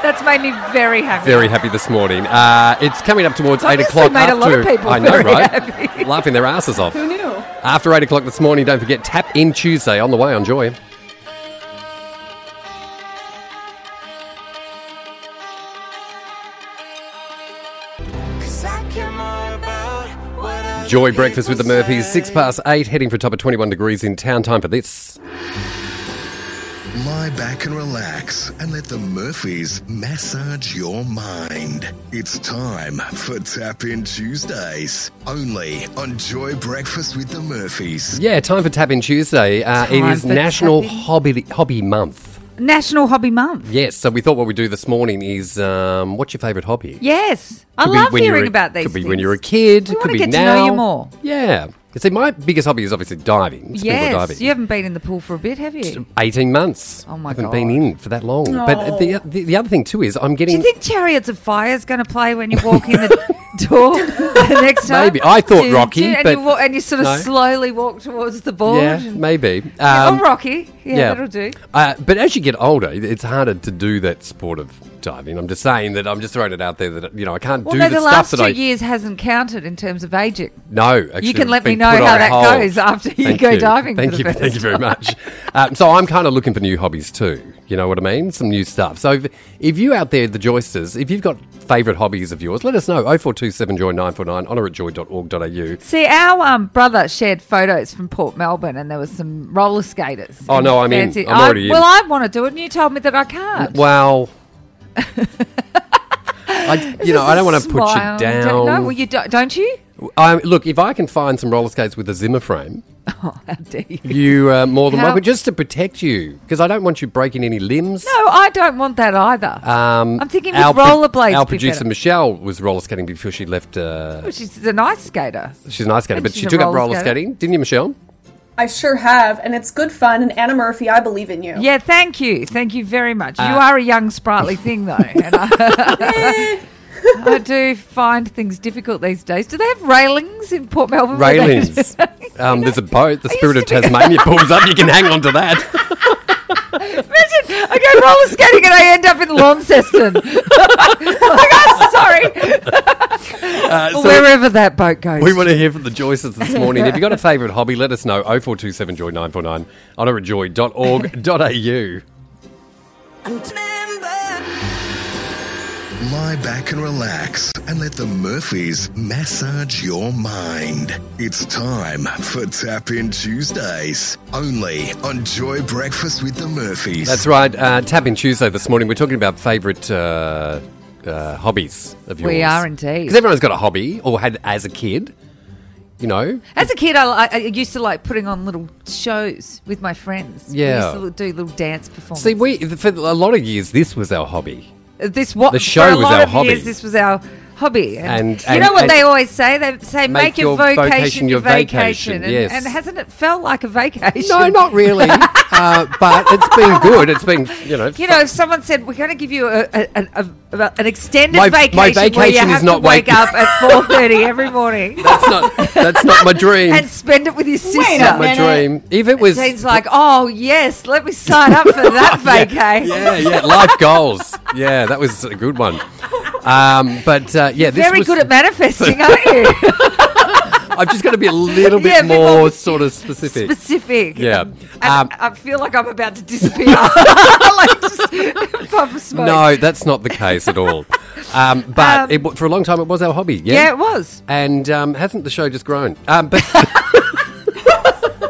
Speaker 3: That's made me very happy.
Speaker 2: Very happy this morning. Uh, it's coming up towards
Speaker 3: I've
Speaker 2: eight
Speaker 3: actually
Speaker 2: o'clock.
Speaker 3: made a lot
Speaker 2: after,
Speaker 3: of people
Speaker 2: I know,
Speaker 3: very
Speaker 2: right?
Speaker 3: happy. [LAUGHS]
Speaker 2: Laughing their asses off.
Speaker 4: Who knew?
Speaker 2: After eight o'clock this morning, don't forget Tap In Tuesday on the way on Joy. Joy breakfast with the Murphys, six past eight, heading for top of 21 degrees in town. Time for this.
Speaker 1: Lie back and relax and let the Murphys massage your mind. It's time for Tap In Tuesdays, only on Joy Breakfast with the Murphys.
Speaker 2: Yeah, time for Tap In Tuesday. Uh, it
Speaker 3: Time
Speaker 2: is
Speaker 3: for
Speaker 2: National
Speaker 3: Tap In.
Speaker 2: Hobby, Hobby Month.
Speaker 3: National Hobby Month.
Speaker 2: Yes, so we thought what we'd do this morning is um, what's your favourite hobby?
Speaker 3: Yes. I
Speaker 2: Could be
Speaker 3: love
Speaker 2: when you're a-
Speaker 3: hearing about these
Speaker 2: Could be
Speaker 3: things.
Speaker 2: when you're a kid.
Speaker 3: We
Speaker 2: could
Speaker 3: wanna
Speaker 2: be
Speaker 3: get to
Speaker 2: now.
Speaker 3: know you more.
Speaker 2: Yeah. You see, my biggest hobby is obviously diving. scuba
Speaker 3: Yes.
Speaker 2: diving.
Speaker 3: You haven't been in the pool for a bit, have you?
Speaker 2: 18 months.
Speaker 3: Oh, my
Speaker 2: I haven't been
Speaker 3: God.
Speaker 2: in for that long. But the, the, the other thing, too, is I'm
Speaker 3: Do
Speaker 2: getting.
Speaker 3: you think Chariots of Fire is going to play when you walk in the [LAUGHS] door the next time?
Speaker 2: Maybe. I thought Rocky,
Speaker 3: and,
Speaker 2: but
Speaker 3: you wa- and you sort of
Speaker 2: no.
Speaker 3: slowly walk towards the board.
Speaker 2: yeah,
Speaker 3: and-
Speaker 2: maybe. Um,
Speaker 3: oh, Rocky. Yeah, that'll do.
Speaker 2: Uh, but as you get older, it- it's harder to do that sport of diving. I'm just saying that I'm just throwing it out there that you know I can't
Speaker 3: Well,
Speaker 2: do
Speaker 3: no,
Speaker 2: the,
Speaker 3: the
Speaker 2: stuff
Speaker 3: last
Speaker 2: that
Speaker 3: two
Speaker 2: I
Speaker 3: years hasn't counted in terms of aging.
Speaker 2: No, actually,
Speaker 3: You can let me
Speaker 2: been
Speaker 3: know
Speaker 2: put
Speaker 3: how
Speaker 2: on
Speaker 3: that
Speaker 2: hold.
Speaker 3: goes after you go diving for
Speaker 2: Thank
Speaker 3: the
Speaker 2: you,
Speaker 3: first
Speaker 2: thank you very much. Um, so I'm kind of looking for new hobbies too. You know what I mean? Some new stuff. So if, if you out there, the joysters, if you've got favourite hobbies of yours, let us know. 0427 joy 949 honour at joy.org.au.
Speaker 3: See, our um, brother shared photos from Port Melbourne, and there was some roller skaters.
Speaker 2: Oh, no, I'm in.
Speaker 3: Fancy-
Speaker 2: I'm already in.
Speaker 3: Well, I want to do it, and you told me that I can't. [LAUGHS]
Speaker 2: Wow. I, you know, I don't want to put you
Speaker 3: Smile.
Speaker 2: down.
Speaker 3: Don't, no, well, you don't, don't you? [LAUGHS]
Speaker 2: I, look, if I can find some roller skates with a Zimmer frame,
Speaker 3: How dare you?
Speaker 2: you uh, more than
Speaker 3: How-
Speaker 2: welcome, just to protect you, because I don't want you breaking any limbs.
Speaker 3: No, I don't want that either.
Speaker 2: Um,
Speaker 3: I'm thinking with
Speaker 2: our pro-
Speaker 3: rollerblades.
Speaker 2: Our
Speaker 3: be
Speaker 2: producer
Speaker 3: better.
Speaker 2: Michelle was roller skating before she left. Uh,
Speaker 3: she's a nice skater.
Speaker 2: she's an ice skater,
Speaker 3: And
Speaker 2: but
Speaker 3: she's
Speaker 2: she
Speaker 3: a
Speaker 2: took up
Speaker 3: roller
Speaker 2: roller
Speaker 3: skater.
Speaker 2: skating, didn't you,
Speaker 3: [LAUGHS]
Speaker 2: Michelle?
Speaker 4: I sure have, and it's good fun. And Anna Murphy, I believe in you.
Speaker 3: Yeah, thank you, thank you very much.
Speaker 2: Uh,
Speaker 3: you are a young, sprightly
Speaker 2: [LAUGHS]
Speaker 3: thing, though. And I, [LAUGHS] I do find things difficult these days. Do they have railings in Port Melbourne? where they- [LAUGHS]
Speaker 2: Railings. um, there's a boat. The
Speaker 3: I
Speaker 2: Spirit of
Speaker 3: used to be-
Speaker 2: Tasmania pulls up. You can hang on to
Speaker 3: [LAUGHS]
Speaker 2: that.
Speaker 3: Imagine I go roller skating and I end up in Launceston. [LAUGHS] like, I'm sorry.
Speaker 2: Uh,
Speaker 3: Or
Speaker 2: so
Speaker 3: wherever that boat goes.
Speaker 2: we want to hear from the Joyces
Speaker 3: [LAUGHS]
Speaker 2: this morning. if you've got a favourite hobby, let us know. 0427 Joy 949 on our joy.org.au.
Speaker 1: Lie back and relax and let the Murphys massage your mind. It's time for Tap In Tuesdays, only on Joy Breakfast with the Murphys.
Speaker 2: That's right. Uh, Tap in Tuesday this morning. We're talking about favourite uh, uh, hobbies of yours.
Speaker 3: We are indeed.
Speaker 2: Because everyone's got a hobby or had as a kid, you know.
Speaker 3: As a kid, I, li- I used to like putting on little shows with my friends.
Speaker 2: Yeah.
Speaker 3: we used to do little dance performances.
Speaker 2: See, we for a lot of years this was our hobby.
Speaker 3: this what
Speaker 2: the show
Speaker 3: for a
Speaker 2: was
Speaker 3: lot
Speaker 2: our
Speaker 3: of
Speaker 2: hobby.
Speaker 3: Years, this was our hobby. And,
Speaker 2: And-
Speaker 3: you
Speaker 2: and-
Speaker 3: know what
Speaker 2: and-
Speaker 3: they always say? They say make, your, vocation, your vocation. and,
Speaker 2: yes.
Speaker 3: and hasn't it felt like a vacation?
Speaker 2: No, not [LAUGHS] really. uh, but it's been good. It's been, you know.
Speaker 3: You know, if someone said we're going to give you a, a, a, a, an extended
Speaker 2: My- my
Speaker 3: vacation, where you
Speaker 2: vacation
Speaker 3: have
Speaker 2: is not
Speaker 3: to wake
Speaker 2: wake-
Speaker 3: up at four thirty
Speaker 2: [LAUGHS]
Speaker 3: every morning
Speaker 2: that's not that's not my dream.
Speaker 3: and uh, spend it with your sister.
Speaker 4: a
Speaker 2: not my
Speaker 4: minute.
Speaker 2: dream. If it was
Speaker 3: Dean's like, oh yes, let me sign up for that
Speaker 2: [LAUGHS]
Speaker 3: vacay.
Speaker 2: Yeah, yeah, life goals. Yeah, that was a good one. Um, but uh, yeah, this
Speaker 3: Very
Speaker 2: was,
Speaker 3: good at manifesting, aren't you?
Speaker 2: I've just got to be a little bit
Speaker 3: Yeah, a bit
Speaker 2: more
Speaker 3: more
Speaker 2: sort of [LAUGHS] specific.
Speaker 3: Specific.
Speaker 2: Yeah.
Speaker 3: And uh,
Speaker 2: Um,
Speaker 3: I feel like I'm about to disappear. [LAUGHS] like just puff of
Speaker 2: Um,
Speaker 3: smoke.
Speaker 2: no, that's not the case at all. Um, but
Speaker 3: Um,
Speaker 2: it, wa- for a long time, it was our hobby. Yeah,
Speaker 3: Yeah, it was.
Speaker 2: And um, hasn't the show just grown? Um, but [LAUGHS]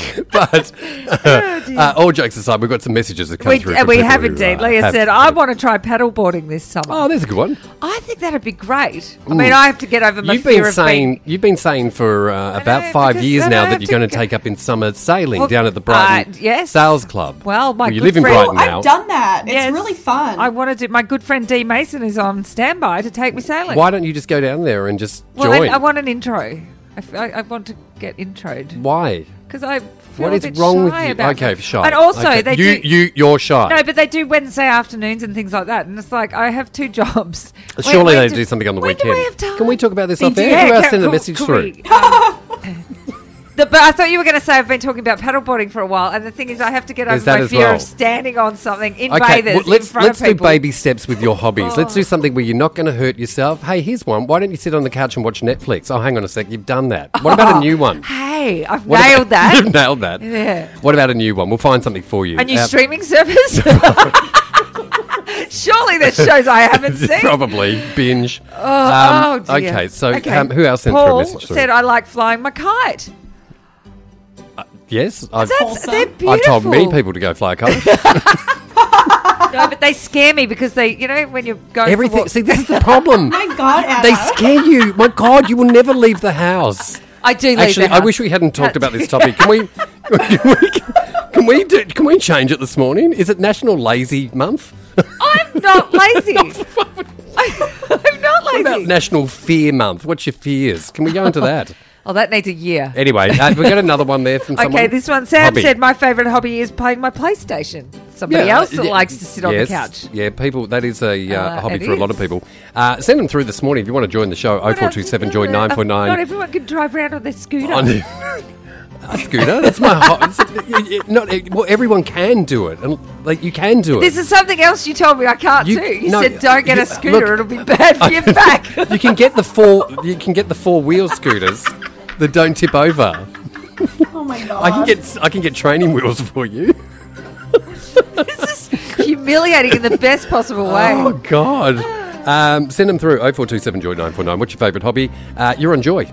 Speaker 3: [LAUGHS]
Speaker 2: but uh, uh, all jokes aside, we've got some messages that come
Speaker 3: Oh, We,
Speaker 2: through.
Speaker 3: and
Speaker 2: from
Speaker 3: we
Speaker 2: people
Speaker 3: have
Speaker 2: who,
Speaker 3: indeed.
Speaker 2: uh,
Speaker 3: Leah
Speaker 2: have-
Speaker 3: said, I want to try paddleboarding this summer.
Speaker 2: Oh, there's a good one.
Speaker 3: I think that'd be great. I mean, I have to get over my
Speaker 2: You've
Speaker 3: fear
Speaker 2: been
Speaker 3: of
Speaker 2: saying
Speaker 3: being...
Speaker 2: you've been saying for uh,
Speaker 3: know,
Speaker 2: about five
Speaker 3: because
Speaker 2: years
Speaker 3: then I
Speaker 2: now
Speaker 3: have
Speaker 2: that you're
Speaker 3: to
Speaker 2: going to
Speaker 3: go-
Speaker 2: take up in summer sailing
Speaker 3: Well,
Speaker 2: down at the Brighton
Speaker 3: uh, yes.
Speaker 2: Sales Club.
Speaker 3: Well, my
Speaker 2: you
Speaker 3: good
Speaker 2: live in
Speaker 3: friend-
Speaker 2: Brighton
Speaker 4: I've
Speaker 2: now.
Speaker 4: done that.
Speaker 3: Yes.
Speaker 4: It's really fun.
Speaker 3: I want to do... My good friend Dee Mason is on standby to take me sailing.
Speaker 2: Why don't you just go down there and just
Speaker 3: Well,
Speaker 2: join?
Speaker 3: I, I want an intro. I, f- I- I want to get introed.
Speaker 2: Why?
Speaker 3: Because I feel
Speaker 2: What
Speaker 3: a
Speaker 2: is
Speaker 3: bit
Speaker 2: wrong with
Speaker 3: shy
Speaker 2: you?
Speaker 3: about
Speaker 2: Okay,
Speaker 3: it.
Speaker 2: shy.
Speaker 3: And also,
Speaker 2: Okay.
Speaker 3: they
Speaker 2: you
Speaker 3: do...
Speaker 2: you you're shy.
Speaker 3: No, but they do Wednesday afternoons and things like that. And it's like, I have two jobs. When-
Speaker 2: Surely
Speaker 3: when
Speaker 2: they do something on the
Speaker 3: when
Speaker 2: weekend.
Speaker 3: Do I have time?
Speaker 2: Can we talk about this
Speaker 4: They
Speaker 2: off
Speaker 4: do.
Speaker 2: air?
Speaker 4: Yeah,
Speaker 2: Can I
Speaker 3: can-
Speaker 2: send a
Speaker 3: could-
Speaker 2: message
Speaker 3: could
Speaker 2: through?
Speaker 3: we, um, [LAUGHS] the- but I thought you were going to say I've been talking about paddleboarding for a while, and the thing is, I have to get over
Speaker 2: There's that
Speaker 3: my
Speaker 2: as
Speaker 3: fear
Speaker 2: well.
Speaker 3: of standing on something in
Speaker 2: Okay,
Speaker 3: bathers
Speaker 2: well, let's
Speaker 3: in front
Speaker 2: let's
Speaker 3: of
Speaker 2: do
Speaker 3: people. Oh.
Speaker 2: baby steps with your hobbies. Let's do something where you're not going to hurt yourself. Hey, here's one. Why don't you sit on the couch and watch Netflix? Oh, hang on a sec. You've done that. What about a new
Speaker 3: [LAUGHS]
Speaker 2: one?
Speaker 3: Ah, Hey, I've
Speaker 2: What
Speaker 3: Oh. nailed
Speaker 2: about-
Speaker 3: that.
Speaker 2: You've [LAUGHS] nailed that.
Speaker 3: Yeah.
Speaker 2: What about a new one? We'll find something for you.
Speaker 3: A new
Speaker 2: Uh,
Speaker 3: streaming service. [LAUGHS] Surely there's shows
Speaker 2: [LAUGHS]
Speaker 3: I haven't seen.
Speaker 2: Probably binge. Oh,
Speaker 3: Oh, oh, dear.
Speaker 2: Okay, so Um, who else sent
Speaker 3: Paul
Speaker 2: through a message? through?
Speaker 3: said I like flying my kite.
Speaker 2: yes, I've,
Speaker 3: That's, they're beautiful.
Speaker 2: I've told many people to go fly a
Speaker 3: [LAUGHS]
Speaker 2: kite.
Speaker 3: No, but they scare me because they, you know, when you're going for
Speaker 2: Everything.
Speaker 3: walks-
Speaker 2: See, this is the
Speaker 3: [LAUGHS]
Speaker 2: problem.
Speaker 4: My God, Anna.
Speaker 2: they scare you. My God, you will never leave the house.
Speaker 3: I do. leave
Speaker 2: Actually,
Speaker 3: the
Speaker 2: I
Speaker 3: house.
Speaker 2: wish we hadn't talked about this topic. Can
Speaker 3: [LAUGHS]
Speaker 2: we? Can we, can we do, can we change it this morning? Is it National Lazy Month?
Speaker 3: I'm
Speaker 2: [LAUGHS]
Speaker 3: not lazy. [LAUGHS] I'm not
Speaker 2: What about
Speaker 3: lazy.
Speaker 2: National Fear Month? What's your fears? Can we go into that?
Speaker 3: Oh, that needs a year.
Speaker 2: Anyway, uh, we got another one there from someone.
Speaker 3: Okay, this one. Sam
Speaker 2: Hobby.
Speaker 3: said my favourite hobby is playing my PlayStation. Somebody
Speaker 2: Yeah,
Speaker 3: else that
Speaker 2: yeah,
Speaker 3: likes to sit on the
Speaker 2: yes,
Speaker 3: couch.
Speaker 2: Yeah, people. That is a uh,
Speaker 3: Uh,
Speaker 2: hobby
Speaker 3: it
Speaker 2: for a lot
Speaker 3: is.
Speaker 2: of people. Uh, send them through this morning if you want to join the show. Oh four two seven join nine four
Speaker 3: Not
Speaker 2: nine.
Speaker 3: everyone can drive around on their scooter.
Speaker 2: Scooter, [LAUGHS] that's my hobby. Not eh, well, everyone can do it, and like you can do it.
Speaker 3: This is something else you told me I can't
Speaker 2: You-
Speaker 3: do. You
Speaker 2: no,
Speaker 3: said don't get
Speaker 2: you-
Speaker 3: a scooter;
Speaker 2: look-
Speaker 3: it'll be bad
Speaker 2: [LAUGHS]
Speaker 3: for your back.
Speaker 2: you can get the four. You can get the four wheel scooters that don't tip over.
Speaker 4: oh my God.
Speaker 2: I can get. I can get training wheels for you.
Speaker 3: [LAUGHS] this is humiliating in the best possible way.
Speaker 2: Oh God. Um, send them through 0427 Joy 949. What's your favourite hobby? Uh, you're on Joy.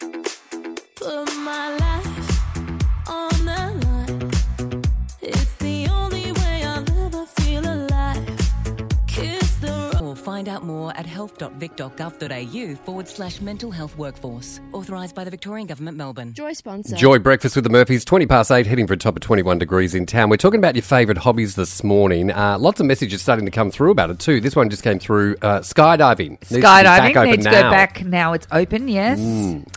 Speaker 6: Put my life on the line. It's the only way I'll ever feel alive. Kiss the road.
Speaker 8: Or find out more at health.vic.gov.au forward slash mental health workforce. Authorised by the Victorian Government, Melbourne.
Speaker 6: Joy sponsor.
Speaker 2: Joy breakfast with the Murphys, 20 past 8, heading for a top of 21 degrees in town. We're talking about your favourite hobbies this morning. Uh, lots of messages starting to come through about it too. This one just came through uh, skydiving. Needs to be
Speaker 3: Skydiving
Speaker 2: back open
Speaker 3: needs to go back uh, now. It's open. Yes.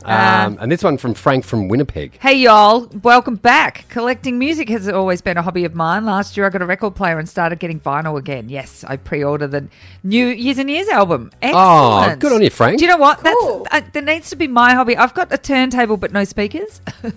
Speaker 2: Um, and this one from Frank from Winnipeg.
Speaker 3: Hey, y'all. Welcome back. Collecting music has always been a hobby of mine. Last year, I got a record player and started getting vinyl again. Yes, I pre ordered the new Years and Years album. Excellent.
Speaker 2: Oh, good on you, Frank.
Speaker 3: Do you know what? That's, uh, there needs to be my hobby. I've got a turntable, but no speakers. [LAUGHS] and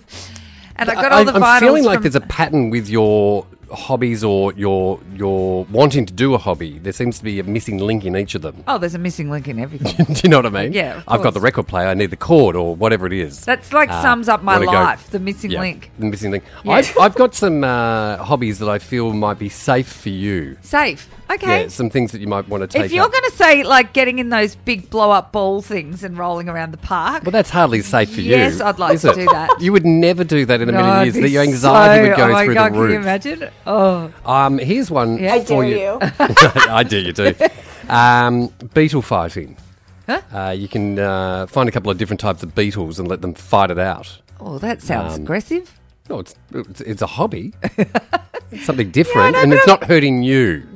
Speaker 3: I got all the
Speaker 2: am
Speaker 3: vinyls.
Speaker 2: feeling like
Speaker 3: from-
Speaker 2: there's a pattern with your hobbies or your your wanting to do a hobby. There seems to be a missing link in each of them. [LAUGHS]
Speaker 3: Oh, there's a missing link in everything.
Speaker 2: do you know what I mean?
Speaker 3: Yeah, of
Speaker 2: I've got
Speaker 3: course.
Speaker 2: the record player. I need the cord or whatever it is. Uh,
Speaker 3: That's like sums up my
Speaker 2: wanna go-
Speaker 3: life, the missing
Speaker 2: Yeah,
Speaker 3: link.
Speaker 2: The missing link.
Speaker 3: Yeah.
Speaker 2: I've, I've got some uh, hobbies that I feel might be safe for you.
Speaker 3: Safe. Okay.
Speaker 2: Yeah, some things that you might want to take.
Speaker 3: if you're
Speaker 2: up.
Speaker 3: going to say, like, getting in those big blow up ball things and rolling around the park.
Speaker 2: well, that's hardly safe for you.
Speaker 3: Yes, I'd like
Speaker 2: is
Speaker 3: to
Speaker 2: it?
Speaker 3: do that.
Speaker 2: You would never do that in a
Speaker 3: God,
Speaker 2: million years. That
Speaker 3: it'd
Speaker 2: your
Speaker 3: be
Speaker 2: anxiety
Speaker 3: so-
Speaker 2: would go
Speaker 3: oh my
Speaker 2: through
Speaker 3: God,
Speaker 2: the
Speaker 3: Can you
Speaker 2: roof.
Speaker 3: imagine? Oh,
Speaker 2: um, here's one
Speaker 3: Yeah. I
Speaker 2: for
Speaker 4: dare you.
Speaker 2: [LAUGHS] I dare you do. Um, beetle fighting.
Speaker 3: Huh?
Speaker 2: Uh, you can uh, find a couple of different types of beetles and let them fight it out.
Speaker 3: oh, that sounds
Speaker 2: Um,
Speaker 3: aggressive.
Speaker 2: No, it's it's, it's a
Speaker 3: [LAUGHS]
Speaker 2: hobby. it's something different,
Speaker 3: know,
Speaker 2: and
Speaker 3: but
Speaker 2: it's
Speaker 3: I'm-
Speaker 2: not hurting you.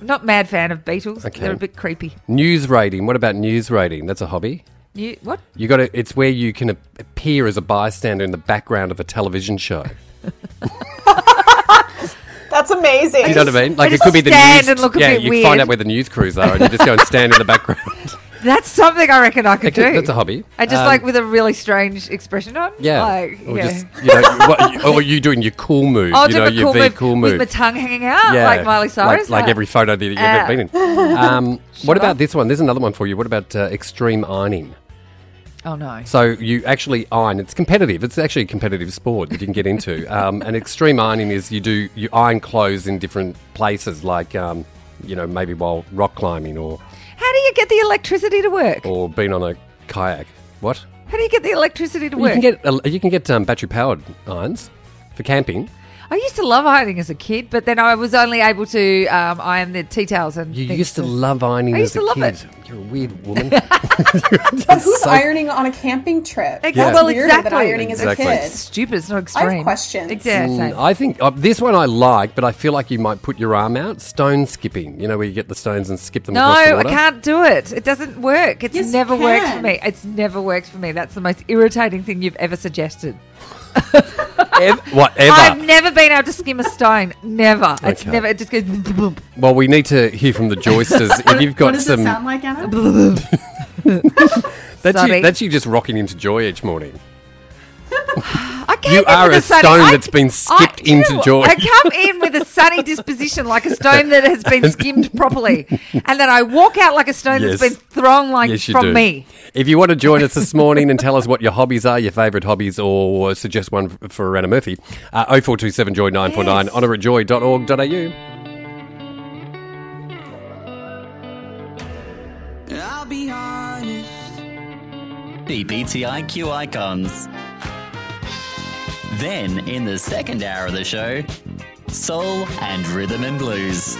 Speaker 3: Not mad fan of Beatles.
Speaker 2: Okay.
Speaker 3: They're a bit creepy.
Speaker 2: News rating. What about news rating? That's a hobby.
Speaker 3: You what?
Speaker 2: You got to It's where you can ap- appear as a bystander in the background of a television show.
Speaker 4: That's amazing.
Speaker 2: You know what I mean? Like
Speaker 3: I
Speaker 2: it
Speaker 3: just
Speaker 2: could be the
Speaker 3: stand
Speaker 2: news.
Speaker 3: and look a
Speaker 2: yeah,
Speaker 3: bit
Speaker 2: you
Speaker 3: weird.
Speaker 2: find out where the news crews are, and you just go and stand in the background.
Speaker 3: That's something I reckon I could
Speaker 2: Okay,
Speaker 3: do.
Speaker 2: that's a hobby.
Speaker 3: I just
Speaker 2: Um,
Speaker 3: like with a really strange expression on.
Speaker 2: Yeah,
Speaker 3: Like,
Speaker 2: or
Speaker 3: yeah.
Speaker 2: just you know, what, or you doing your cool move.
Speaker 3: I'll
Speaker 2: you
Speaker 3: do
Speaker 2: know,
Speaker 3: a
Speaker 2: your
Speaker 3: cool
Speaker 2: very
Speaker 3: move,
Speaker 2: cool move.
Speaker 3: with my tongue hanging out, like Miley Cyrus.
Speaker 2: Like, like every photo that you've
Speaker 3: Ah.
Speaker 2: ever been
Speaker 3: [LAUGHS]
Speaker 2: in. Um, what
Speaker 3: up.
Speaker 2: about this one? There's another one for you. What about uh, extreme ironing?
Speaker 3: Oh no.
Speaker 2: So you actually iron. It's competitive. It's actually a competitive sport that you can get
Speaker 3: [LAUGHS]
Speaker 2: into. um, and extreme ironing is you do you iron clothes in different places, like um, you know maybe while rock climbing or
Speaker 3: How do you get the electricity to work?
Speaker 2: or being on a kayak. What?
Speaker 3: How do you get the electricity to
Speaker 2: You
Speaker 3: work?
Speaker 2: can get uh, you can get um, battery powered irons for camping.
Speaker 3: I used to love ironing as a kid, but then I was only able to um, iron the tea towels and
Speaker 2: You
Speaker 3: things.
Speaker 2: used to love ironing
Speaker 3: I used
Speaker 2: as
Speaker 3: to
Speaker 2: a
Speaker 3: love
Speaker 2: kid.
Speaker 3: it.
Speaker 2: You're a weird
Speaker 3: [LAUGHS]
Speaker 2: woman. Mm,
Speaker 4: But who's ironing on a camping trip?
Speaker 3: Ex-
Speaker 2: Yeah.
Speaker 4: That's
Speaker 3: Well,
Speaker 4: weirder
Speaker 3: exactly.
Speaker 4: than ironing as
Speaker 2: Exactly.
Speaker 4: a kid.
Speaker 3: Stupid. It's not extreme.
Speaker 4: questions.
Speaker 3: Exactly.
Speaker 2: Mm, I think uh, this one I like, but I feel like you might put your arm out. Stone skipping, you know, where you get the stones and skip them
Speaker 3: No,
Speaker 2: across the
Speaker 3: I
Speaker 2: water.
Speaker 3: can't do it. It doesn't work. It's
Speaker 4: Yes, you
Speaker 3: never worked for
Speaker 4: can.
Speaker 3: me. It's never worked for me. That's the most irritating thing you've ever suggested.
Speaker 2: Ev-
Speaker 3: [LAUGHS]
Speaker 2: whatever.
Speaker 3: I've never been able to skim a stone. Never. It's
Speaker 2: Okay.
Speaker 3: never. It just goes. boom.
Speaker 2: well, we need to hear from the joisters. if you've
Speaker 4: What
Speaker 2: got
Speaker 4: does
Speaker 2: some,
Speaker 4: it sound like, Anna?
Speaker 2: that's you,
Speaker 3: Sorry.
Speaker 2: that's you just rocking into joy each morning.
Speaker 3: I came
Speaker 2: You
Speaker 3: in
Speaker 2: are
Speaker 3: with
Speaker 2: a
Speaker 3: sunny-
Speaker 2: stone
Speaker 3: I-
Speaker 2: that's been skipped
Speaker 3: I do.
Speaker 2: into joy.
Speaker 3: I come in with a sunny disposition, like a stone that has
Speaker 2: [LAUGHS]
Speaker 3: been skimmed properly, and then I walk out like a stone
Speaker 2: Yes.
Speaker 3: that's been thrown like
Speaker 2: Yes, you
Speaker 3: from
Speaker 2: do.
Speaker 3: me.
Speaker 2: If you want to join us this morning and tell us what your hobbies are, your favourite hobbies, or suggest one f- for Anna Murphy, uh, 0427 Joy 949, yes. honour at joy.org.au.
Speaker 5: I'll be honest.
Speaker 9: LGBTIQ icons. Then, in the second hour of the show, soul and rhythm and blues.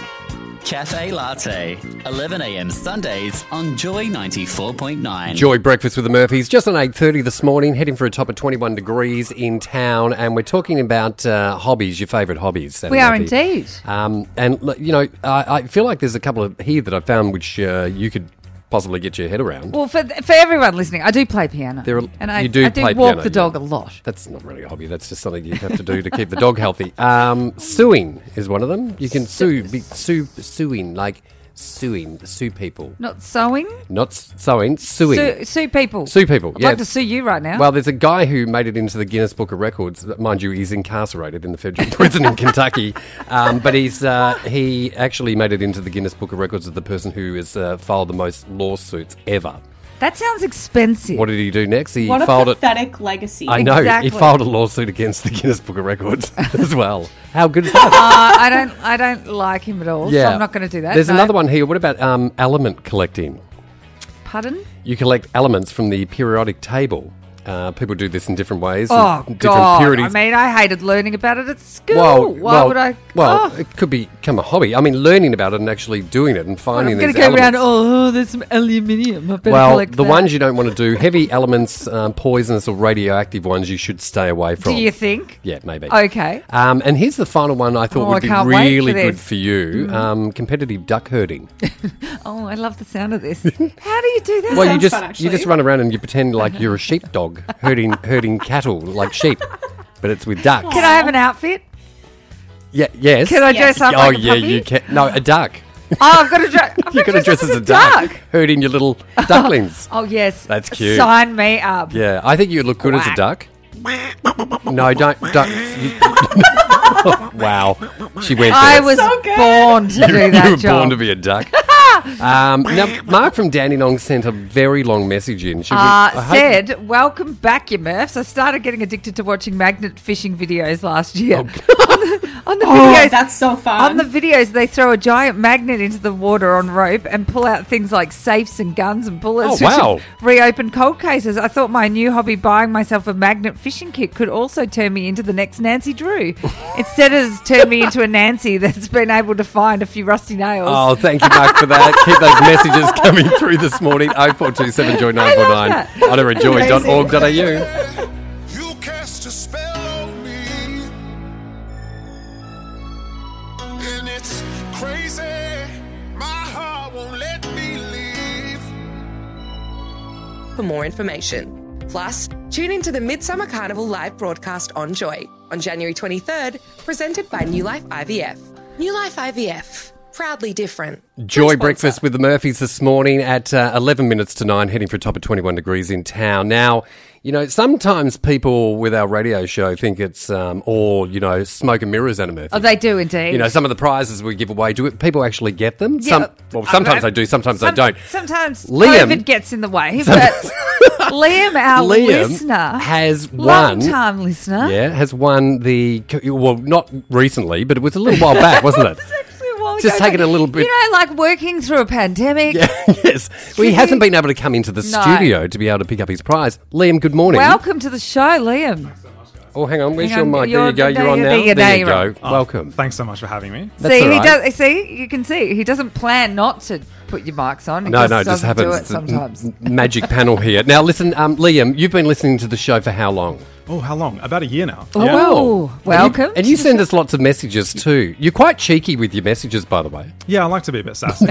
Speaker 9: Cafe Latte, 11am Sundays on Joy 94.9.
Speaker 2: Joy breakfast with the Murphys just on eight thirty this morning. Heading for a top of twenty one degrees in town, and we're talking about uh, hobbies, your favourite hobbies. Anna
Speaker 3: We are
Speaker 2: Murphy.
Speaker 3: indeed.
Speaker 2: Um, and look, you know, I, I feel like there's a couple of here that I found which uh, you could possibly get your head around.
Speaker 3: Well, for th- for everyone listening, I do play piano,
Speaker 2: There are-
Speaker 3: and I
Speaker 2: you do
Speaker 3: I do
Speaker 2: play
Speaker 3: walk
Speaker 2: piano,
Speaker 3: the dog
Speaker 2: yeah.
Speaker 3: a lot.
Speaker 2: That's not really a hobby. That's just something you have to do to keep the dog healthy. Um, suing is one of them. You can sue, be, sue, suing like suing, sue people,
Speaker 3: Not sewing,
Speaker 2: not s- sewing, suing.
Speaker 3: sue, sue people,
Speaker 2: Sue people,
Speaker 3: I'd
Speaker 2: yeah.
Speaker 3: like to sue you right now.
Speaker 2: Well, there's a guy who made it into the Guinness Book of Records. Mind you, he's incarcerated in the federal [LAUGHS] prison in Kentucky, um, but he's uh, he actually made it into the Guinness Book of Records as the person who has uh, filed the most lawsuits ever.
Speaker 3: that sounds expensive.
Speaker 2: What did he do next? He
Speaker 4: What a
Speaker 2: filed it.
Speaker 4: pathetic legacy.
Speaker 2: I know
Speaker 3: Exactly.
Speaker 2: he filed a lawsuit against the Guinness Book of Records [LAUGHS] as well. How good is
Speaker 3: [LAUGHS]
Speaker 2: that?
Speaker 3: Uh, I don't I don't like him at all. Oh, so I'm not going to do that.
Speaker 2: There's
Speaker 3: no.
Speaker 2: another one here. What about um, element collecting?
Speaker 3: Pardon?
Speaker 2: You collect elements from the periodic table. Uh, people do this in different ways. and
Speaker 3: Oh
Speaker 2: different
Speaker 3: God! I
Speaker 2: purities.
Speaker 3: mean, I hated learning about it at school.
Speaker 2: Well,
Speaker 3: Why
Speaker 2: well,
Speaker 3: would I?
Speaker 2: Well,
Speaker 3: oh.
Speaker 2: it could become a hobby. I mean, learning about it and actually doing it and
Speaker 3: I'm
Speaker 2: finding
Speaker 3: going to
Speaker 2: these
Speaker 3: go around.
Speaker 2: elements.
Speaker 3: Oh, there's some aluminium. I better
Speaker 2: well,
Speaker 3: collect
Speaker 2: the
Speaker 3: that."
Speaker 2: ones you don't want to do, heavy elements, um, poisonous or radioactive ones, you should stay away
Speaker 3: Do
Speaker 2: from.
Speaker 3: you think?
Speaker 2: Yeah, maybe.
Speaker 3: Okay.
Speaker 2: Um, and here's the final one I thought
Speaker 3: Oh, I
Speaker 2: would be
Speaker 3: can't wait
Speaker 2: really
Speaker 3: for
Speaker 2: good
Speaker 3: this. Mm-hmm.
Speaker 2: for you um, competitive duck herding.
Speaker 3: Oh, I love the sound
Speaker 2: [LAUGHS]
Speaker 3: of this. How do you do that?
Speaker 2: well, you [LAUGHS]
Speaker 4: sounds
Speaker 2: just
Speaker 4: fun,
Speaker 2: you just
Speaker 4: actually.
Speaker 2: run around and you pretend like you're a sheepdog herding herding cattle like sheep, but it's with ducks.
Speaker 3: Can I have an outfit?
Speaker 2: Yeah, yes.
Speaker 3: Can I
Speaker 4: Yes.
Speaker 3: dress up
Speaker 2: oh
Speaker 3: like a
Speaker 2: yeah,
Speaker 3: puppy?
Speaker 2: you can. No, a duck.
Speaker 3: Oh, I've got to dress.
Speaker 2: You've got to dress as a duck, herding your
Speaker 3: [LAUGHS]
Speaker 2: little ducklings.
Speaker 3: Oh yes,
Speaker 2: That's cute.
Speaker 3: Sign me up.
Speaker 2: Yeah, I think you'd look good as a duck.
Speaker 3: Quack.
Speaker 2: No, don't. don't you- [LAUGHS] wow, she went there.
Speaker 3: I was
Speaker 4: So good.
Speaker 3: born to do
Speaker 2: you
Speaker 3: that
Speaker 2: were
Speaker 3: job.
Speaker 2: born to be a
Speaker 3: [LAUGHS]
Speaker 2: duck. um, now, Mark from Dandenong sent a very long message in. Should we- I
Speaker 3: Uh,
Speaker 2: hope-
Speaker 3: said, welcome back, you Murphs. I started getting addicted to watching magnet fishing videos last year. [LAUGHS] on the, on the
Speaker 4: Oh,
Speaker 3: videos,
Speaker 4: that's so fun.
Speaker 3: on the videos, they throw a giant magnet into the water on rope and pull out things like safes and guns and bullets. [LAUGHS]
Speaker 2: Oh,
Speaker 3: which have
Speaker 2: wow.
Speaker 3: Reopened cold cases. I thought my new hobby, buying myself a magnet fishing kit, could also turn me into the next
Speaker 2: [LAUGHS]
Speaker 3: Nancy Drew. Instead, it has turned me into a Nancy that's been able to find a few rusty nails.
Speaker 2: Oh, thank you, Mark, for that. Keep
Speaker 3: [LAUGHS]
Speaker 2: those messages coming through this morning. 0427 Joy 949
Speaker 3: that.
Speaker 2: honorajoy.org.au.
Speaker 1: You cast a spell on me.
Speaker 10: for more information. Plus, tune into the Midsummer Carnival live broadcast on Joy on January 23rd, presented by New Life IVF. New Life IVF, proudly different.
Speaker 2: Joy breakfast with the Murphys this morning at uh, 11 minutes to 9, heading for a top of 21 degrees in town. Now, you know, sometimes people with our radio show think it's um, all, you know, smoke and mirrors and a Murphy.
Speaker 3: Oh, they do indeed.
Speaker 2: You know, some of the prizes we give away, do it, people actually get them?
Speaker 3: Yeah,
Speaker 2: some,
Speaker 3: but-
Speaker 2: well, sometimes they do, sometimes they don't.
Speaker 3: Sometimes
Speaker 2: Liam-
Speaker 3: COVID gets in the
Speaker 2: [LAUGHS]
Speaker 3: way, but Liam, our
Speaker 2: Liam
Speaker 3: listener,
Speaker 2: has won.
Speaker 3: long-time listener,
Speaker 2: Yeah, has won the, well, not recently, but it was a little while back, wasn't it? [LAUGHS]
Speaker 3: a while
Speaker 2: Just
Speaker 3: ago,
Speaker 2: taking a little bit-
Speaker 3: You know, like working through a pandemic.
Speaker 2: yes. Well, he hasn't been able to come into the
Speaker 3: No.
Speaker 2: studio to be able to pick up his prize. Liam, good morning.
Speaker 3: [LAUGHS] Welcome to the show, Liam.
Speaker 2: Oh, hang on. Where's
Speaker 3: Hang on,
Speaker 2: your mic? There
Speaker 3: you're-
Speaker 2: you go. You're on
Speaker 3: there
Speaker 2: now.
Speaker 3: you go,
Speaker 2: There you
Speaker 3: you're
Speaker 2: go.
Speaker 3: on.
Speaker 11: Oh,
Speaker 2: Welcome.
Speaker 11: Thanks so much for having me.
Speaker 2: That's
Speaker 3: see,
Speaker 2: all
Speaker 3: he
Speaker 2: right.
Speaker 3: does. See, you can see he doesn't plan not to put your mics on. He
Speaker 2: No, no, it just
Speaker 3: doesn't
Speaker 2: happens. Mm-hmm.
Speaker 3: Do it
Speaker 2: It's a m-
Speaker 3: sometimes.
Speaker 2: magic panel here. Now, listen, um, Liam, you've been listening to the show for how long?
Speaker 11: Oh, how long? About a year now.
Speaker 2: Oh,
Speaker 11: Yeah.
Speaker 2: welcome. And you, send us lots of messages too. You're quite cheeky with your messages, by the way.
Speaker 11: Yeah, I like to be a
Speaker 2: [LAUGHS]
Speaker 11: bit sassy.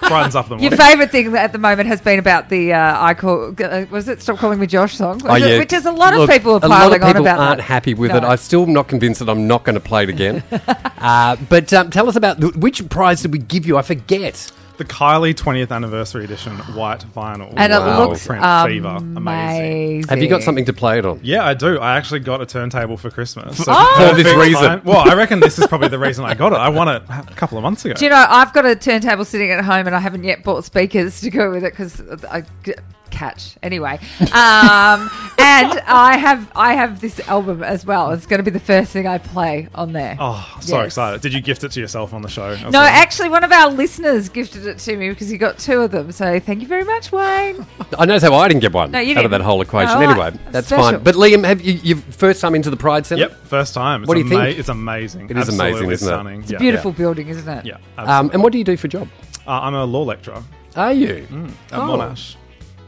Speaker 11: Brightens up the
Speaker 3: Your
Speaker 11: morning.
Speaker 3: favourite thing at the moment has been about the uh, I call uh, was it stop calling me Josh song,
Speaker 2: Oh,
Speaker 3: Was it-
Speaker 2: yeah.
Speaker 3: which is a lot
Speaker 2: Look,
Speaker 3: of people are
Speaker 2: a lot of
Speaker 3: piling on
Speaker 2: people
Speaker 3: about.
Speaker 2: aren't
Speaker 3: that.
Speaker 2: happy with
Speaker 3: No.
Speaker 2: it. I'm still not convinced that I'm not going to play it
Speaker 3: [LAUGHS]
Speaker 2: again. uh, but um, tell us about th- which prize did we give you? I forget.
Speaker 11: The Kylie 20th Anniversary Edition white vinyl.
Speaker 3: And it
Speaker 11: Wow.
Speaker 3: looks
Speaker 11: Print fever.
Speaker 3: amazing.
Speaker 2: Have you got something to play it on?
Speaker 11: Yeah, I do. I actually got a turntable for Christmas. So
Speaker 3: Oh!
Speaker 2: For this
Speaker 11: perfect
Speaker 2: reason.
Speaker 11: time- Well, I reckon this is probably the reason I got it. I won it a couple of months ago.
Speaker 3: Do you know I've got a turntable sitting at home and I haven't yet bought speakers to go with it because I g- catch anyway.
Speaker 11: [LAUGHS]
Speaker 3: Um, and I have I have this album as well. It's going to be the first thing I play on there.
Speaker 11: Oh, so
Speaker 3: Yes.
Speaker 11: excited. Did you gift it to yourself on the show?
Speaker 3: No, actually, one of our listeners gifted it to me because he got two of them. So thank you very much, Wayne.
Speaker 2: I notice how I didn't get one
Speaker 3: No, you
Speaker 2: out of
Speaker 3: didn't.
Speaker 2: that whole equation.
Speaker 3: Oh,
Speaker 2: anyway,
Speaker 3: right.
Speaker 2: that's
Speaker 3: Special.
Speaker 2: fine. But Liam, have you you first time into the Pride Centre?
Speaker 11: Yep, first time. It's
Speaker 2: what do you
Speaker 11: ama-
Speaker 2: think?
Speaker 11: It's amazing.
Speaker 2: It is amazing,
Speaker 11: Absolutely
Speaker 2: isn't it?
Speaker 11: stunning.
Speaker 2: It's a
Speaker 11: [LAUGHS] Yeah.
Speaker 3: Beautiful building, isn't it?
Speaker 11: Yeah.
Speaker 2: Um, and what do you do for a job?
Speaker 11: Uh, I'm a law lecturer.
Speaker 2: Are you?
Speaker 11: at
Speaker 3: Oh.
Speaker 11: Monash.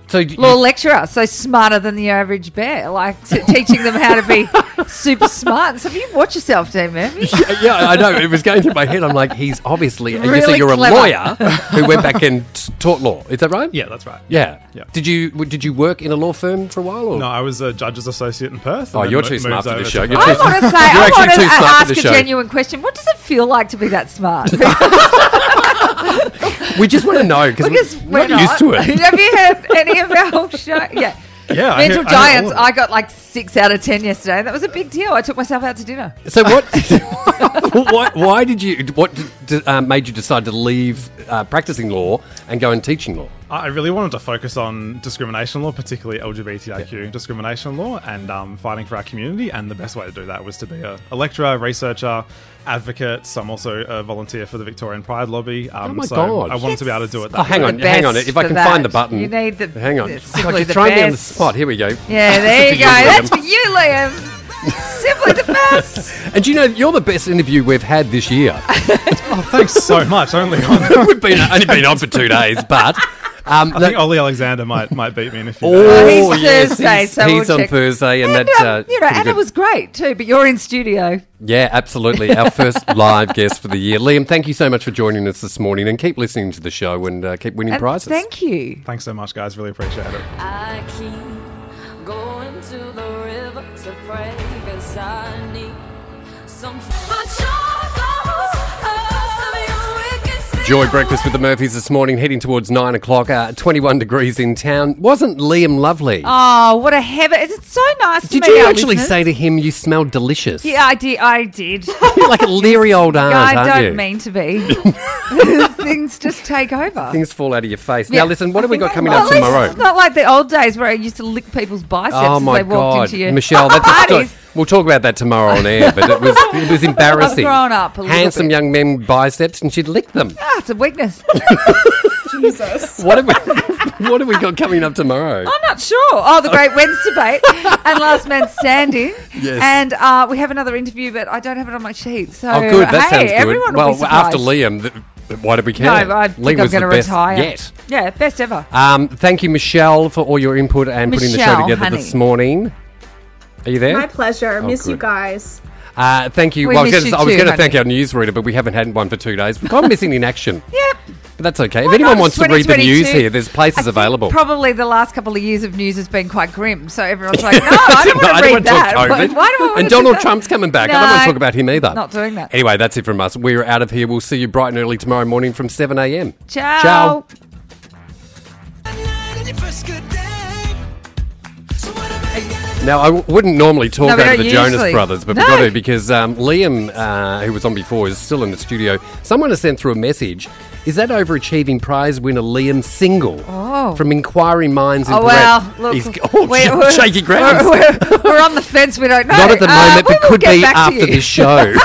Speaker 2: So you,
Speaker 3: Law lecturer, so smarter than the average bear, like t- teaching them how to
Speaker 11: [LAUGHS]
Speaker 3: be super smart. So if you watch yourself, Dean Murphy.
Speaker 2: [LAUGHS] yeah, I know. It was going through my head. I'm like, he's obviously. and you
Speaker 3: Really
Speaker 2: say you're
Speaker 3: clever.
Speaker 2: a
Speaker 3: [LAUGHS]
Speaker 2: lawyer who went back and t- taught law. Is that right?
Speaker 11: Yeah, that's right.
Speaker 2: Yeah.
Speaker 11: Yeah.
Speaker 2: Did you w- did you work in a law firm for a while? Or?
Speaker 11: No, I was a judge's associate in Perth.
Speaker 2: Oh,
Speaker 11: and then
Speaker 2: you're
Speaker 11: mo-
Speaker 2: too smart
Speaker 11: moved
Speaker 2: for
Speaker 11: over
Speaker 2: this show.
Speaker 11: to
Speaker 2: You're
Speaker 3: I
Speaker 2: too- [LAUGHS]
Speaker 3: want to say,
Speaker 2: You're
Speaker 3: I
Speaker 2: actually
Speaker 3: want
Speaker 2: too
Speaker 3: to
Speaker 2: smart for
Speaker 3: ask
Speaker 2: the
Speaker 3: a
Speaker 2: show.
Speaker 3: genuine question. What does it feel like to be
Speaker 2: [LAUGHS]
Speaker 3: that smart? [LAUGHS]
Speaker 2: We just want to know because
Speaker 3: Because
Speaker 2: we're,
Speaker 3: we're
Speaker 2: not, used to
Speaker 3: [LAUGHS]
Speaker 2: it.
Speaker 3: Have you heard any of
Speaker 2: [LAUGHS]
Speaker 3: our show? Yeah.
Speaker 2: Yeah, I hear- I
Speaker 3: Mental
Speaker 2: hear all
Speaker 3: Giants.
Speaker 2: of
Speaker 3: I, got like six out of ten yesterday. That was a big deal. I took myself out
Speaker 2: [LAUGHS]
Speaker 3: to dinner.
Speaker 2: So
Speaker 3: [LAUGHS]
Speaker 2: what? what? Why did you? What d d- uh, made you decide to leave uh, practicing law and go and teaching law?
Speaker 11: I really wanted to focus on discrimination law, particularly LGBTIQ discrimination law, and um, fighting for our community. And the best way to do that was to be a, a lecturer, researcher, advocate. So I'm also a volunteer for the Victorian Pride Lobby. Um,
Speaker 2: Oh my
Speaker 11: so
Speaker 2: God.
Speaker 11: I wanted to be able to do it. That
Speaker 2: Oh, hang
Speaker 11: way.
Speaker 2: on, hang on. If I
Speaker 3: for
Speaker 2: can find
Speaker 3: that.
Speaker 2: the button,
Speaker 3: You need the-
Speaker 2: hang on.
Speaker 3: it's simply
Speaker 2: God, you're
Speaker 3: the
Speaker 2: throwing me on the
Speaker 3: best.
Speaker 2: spot. Here we go. [LAUGHS]
Speaker 3: Yeah,
Speaker 2: This
Speaker 3: there
Speaker 2: is
Speaker 3: you go. That's for you,
Speaker 2: [LAUGHS]
Speaker 3: Liam. Simply the best.
Speaker 2: And do you know you're the best interview we've had this
Speaker 3: [LAUGHS]
Speaker 2: year. [LAUGHS]
Speaker 11: Oh, thanks so much. Only on.
Speaker 2: we've been [LAUGHS] uh, only been on for two days, but um,
Speaker 11: I think Ollie Alexander might might beat me in a few.
Speaker 2: Oh,
Speaker 11: days.
Speaker 3: He's
Speaker 2: yes,
Speaker 3: Thursday,
Speaker 2: he's,
Speaker 3: so
Speaker 2: he's
Speaker 3: we'll
Speaker 2: on
Speaker 3: check.
Speaker 2: Thursday, and,
Speaker 3: And,
Speaker 2: that's
Speaker 3: um,
Speaker 2: uh,
Speaker 3: [LAUGHS] you know,
Speaker 2: pretty
Speaker 3: and it
Speaker 2: good.
Speaker 3: was great too. But you're in studio.
Speaker 2: yeah, absolutely.
Speaker 3: [LAUGHS]
Speaker 2: Our first live guest for the year, Liam. Thank you so much for joining us this morning, and keep listening to the show and uh, keep winning
Speaker 3: And
Speaker 2: prizes.
Speaker 3: Thank you.
Speaker 11: Thanks so much, guys. Really appreciate it.
Speaker 6: I keep going to the river to pray because I need some. My chocolates, oh, some of your wicked
Speaker 2: Joy breakfast with the Murphys this morning, heading towards nine o'clock. Uh, Twenty-one degrees in town. Wasn't Liam lovely?
Speaker 3: Oh, what a heaven! Is it so nice? to
Speaker 2: Did
Speaker 3: meet
Speaker 2: you
Speaker 3: our
Speaker 2: actually
Speaker 3: listeners?
Speaker 2: say to him you smell delicious?
Speaker 3: Yeah, I did.
Speaker 2: [LAUGHS]
Speaker 3: I did.
Speaker 2: You're like a leery
Speaker 3: [LAUGHS]
Speaker 2: old aunt,
Speaker 3: I
Speaker 2: aren't
Speaker 3: don't
Speaker 2: you?
Speaker 3: mean to be.
Speaker 2: [LAUGHS]
Speaker 3: [LAUGHS] Things just take over.
Speaker 2: Things fall out of your face.
Speaker 3: Yeah.
Speaker 2: Now listen, what have we got coming
Speaker 3: Well,
Speaker 2: up
Speaker 3: at least
Speaker 2: tomorrow?
Speaker 3: It's not like the old days where I used to lick people's biceps
Speaker 2: Oh
Speaker 3: as
Speaker 2: my
Speaker 3: they walked
Speaker 2: god,
Speaker 3: into you.
Speaker 2: Michelle, that's a story. We'll talk about that tomorrow on air, but it was it was embarrassing.
Speaker 3: [LAUGHS] I've grown up a little
Speaker 2: Handsome
Speaker 3: bit.
Speaker 2: young men biceps, and she'd lick them.
Speaker 3: Ah, it's a weakness. [LAUGHS]
Speaker 4: Jesus.
Speaker 2: What have we [LAUGHS] What have we got coming up tomorrow?
Speaker 3: I'm not sure. Oh, the Great Wednesday debate and Last Man Standing.
Speaker 2: Yes.
Speaker 3: And uh, we have another interview, but I don't have it on my sheet. So
Speaker 2: oh, good. That
Speaker 3: hey,
Speaker 2: sounds
Speaker 3: everyone
Speaker 2: good.
Speaker 3: will
Speaker 2: Well,
Speaker 3: be surprised.
Speaker 2: after Liam, th- th- why did we
Speaker 3: No,
Speaker 2: care?
Speaker 3: I think
Speaker 2: Liam
Speaker 3: I'm
Speaker 2: was the
Speaker 3: going to
Speaker 2: best
Speaker 3: retire.
Speaker 2: Yet.
Speaker 3: Yeah, best ever.
Speaker 2: Um, thank you, Michelle, for all your input and putting the show
Speaker 3: Michelle,
Speaker 2: together
Speaker 3: honey.
Speaker 2: this morning. Are you there?
Speaker 4: My pleasure.
Speaker 2: Oh,
Speaker 4: Miss you
Speaker 2: good.
Speaker 4: guys.
Speaker 2: Uh, thank you.
Speaker 4: We
Speaker 2: well, I
Speaker 4: miss
Speaker 2: was gonna-
Speaker 4: you
Speaker 2: I was
Speaker 4: too,
Speaker 2: going to
Speaker 4: honey. [LAUGHS]
Speaker 2: thank our newsreader, but we haven't had one for two days. We've gone missing in action.
Speaker 3: Yep.
Speaker 2: But That's okay.
Speaker 3: Well,
Speaker 2: if anyone
Speaker 3: no,
Speaker 2: wants to read the news
Speaker 3: 2022.
Speaker 2: here, there's places
Speaker 3: I think
Speaker 2: available.
Speaker 3: Probably the last couple of years of news has been quite grim, so
Speaker 2: [LAUGHS]
Speaker 3: everyone's like, "No, [LAUGHS] I don't want to read that." [LAUGHS]
Speaker 2: talk
Speaker 3: Why,
Speaker 2: COVID.
Speaker 3: why do I want
Speaker 2: and
Speaker 3: to
Speaker 2: Donald
Speaker 3: do that?
Speaker 2: Trump's coming back. I don't want to
Speaker 3: No,
Speaker 2: talk about him either.
Speaker 3: Not doing that.
Speaker 2: Anyway, that's it from us. We're out of here. We'll see you bright and early tomorrow morning from 7 a.m.
Speaker 3: Ciao.
Speaker 2: Ciao. Now, I w- wouldn't normally
Speaker 3: No,
Speaker 2: talk
Speaker 3: we
Speaker 2: over
Speaker 3: don't
Speaker 2: the Jonas
Speaker 3: usually.
Speaker 2: Brothers, but
Speaker 3: No.
Speaker 2: we've got to because um, Liam, uh, who was on before, is still in the studio. Someone has sent through a message. Is that overachieving prize winner Liam single
Speaker 3: Oh.
Speaker 2: from Inquiring Minds? in
Speaker 3: Oh well,
Speaker 2: Brett?
Speaker 3: look,
Speaker 2: He's, oh,
Speaker 3: we're-
Speaker 2: sh- [LAUGHS]
Speaker 3: we're-
Speaker 2: shaky grounds.
Speaker 3: We're, we're- we're on the fence. We don't know.
Speaker 2: Not at the
Speaker 3: Uh,
Speaker 2: moment,
Speaker 3: we
Speaker 2: but
Speaker 3: will
Speaker 2: could
Speaker 3: get
Speaker 2: be
Speaker 3: back to
Speaker 2: after
Speaker 3: you.
Speaker 2: this show.
Speaker 3: [LAUGHS]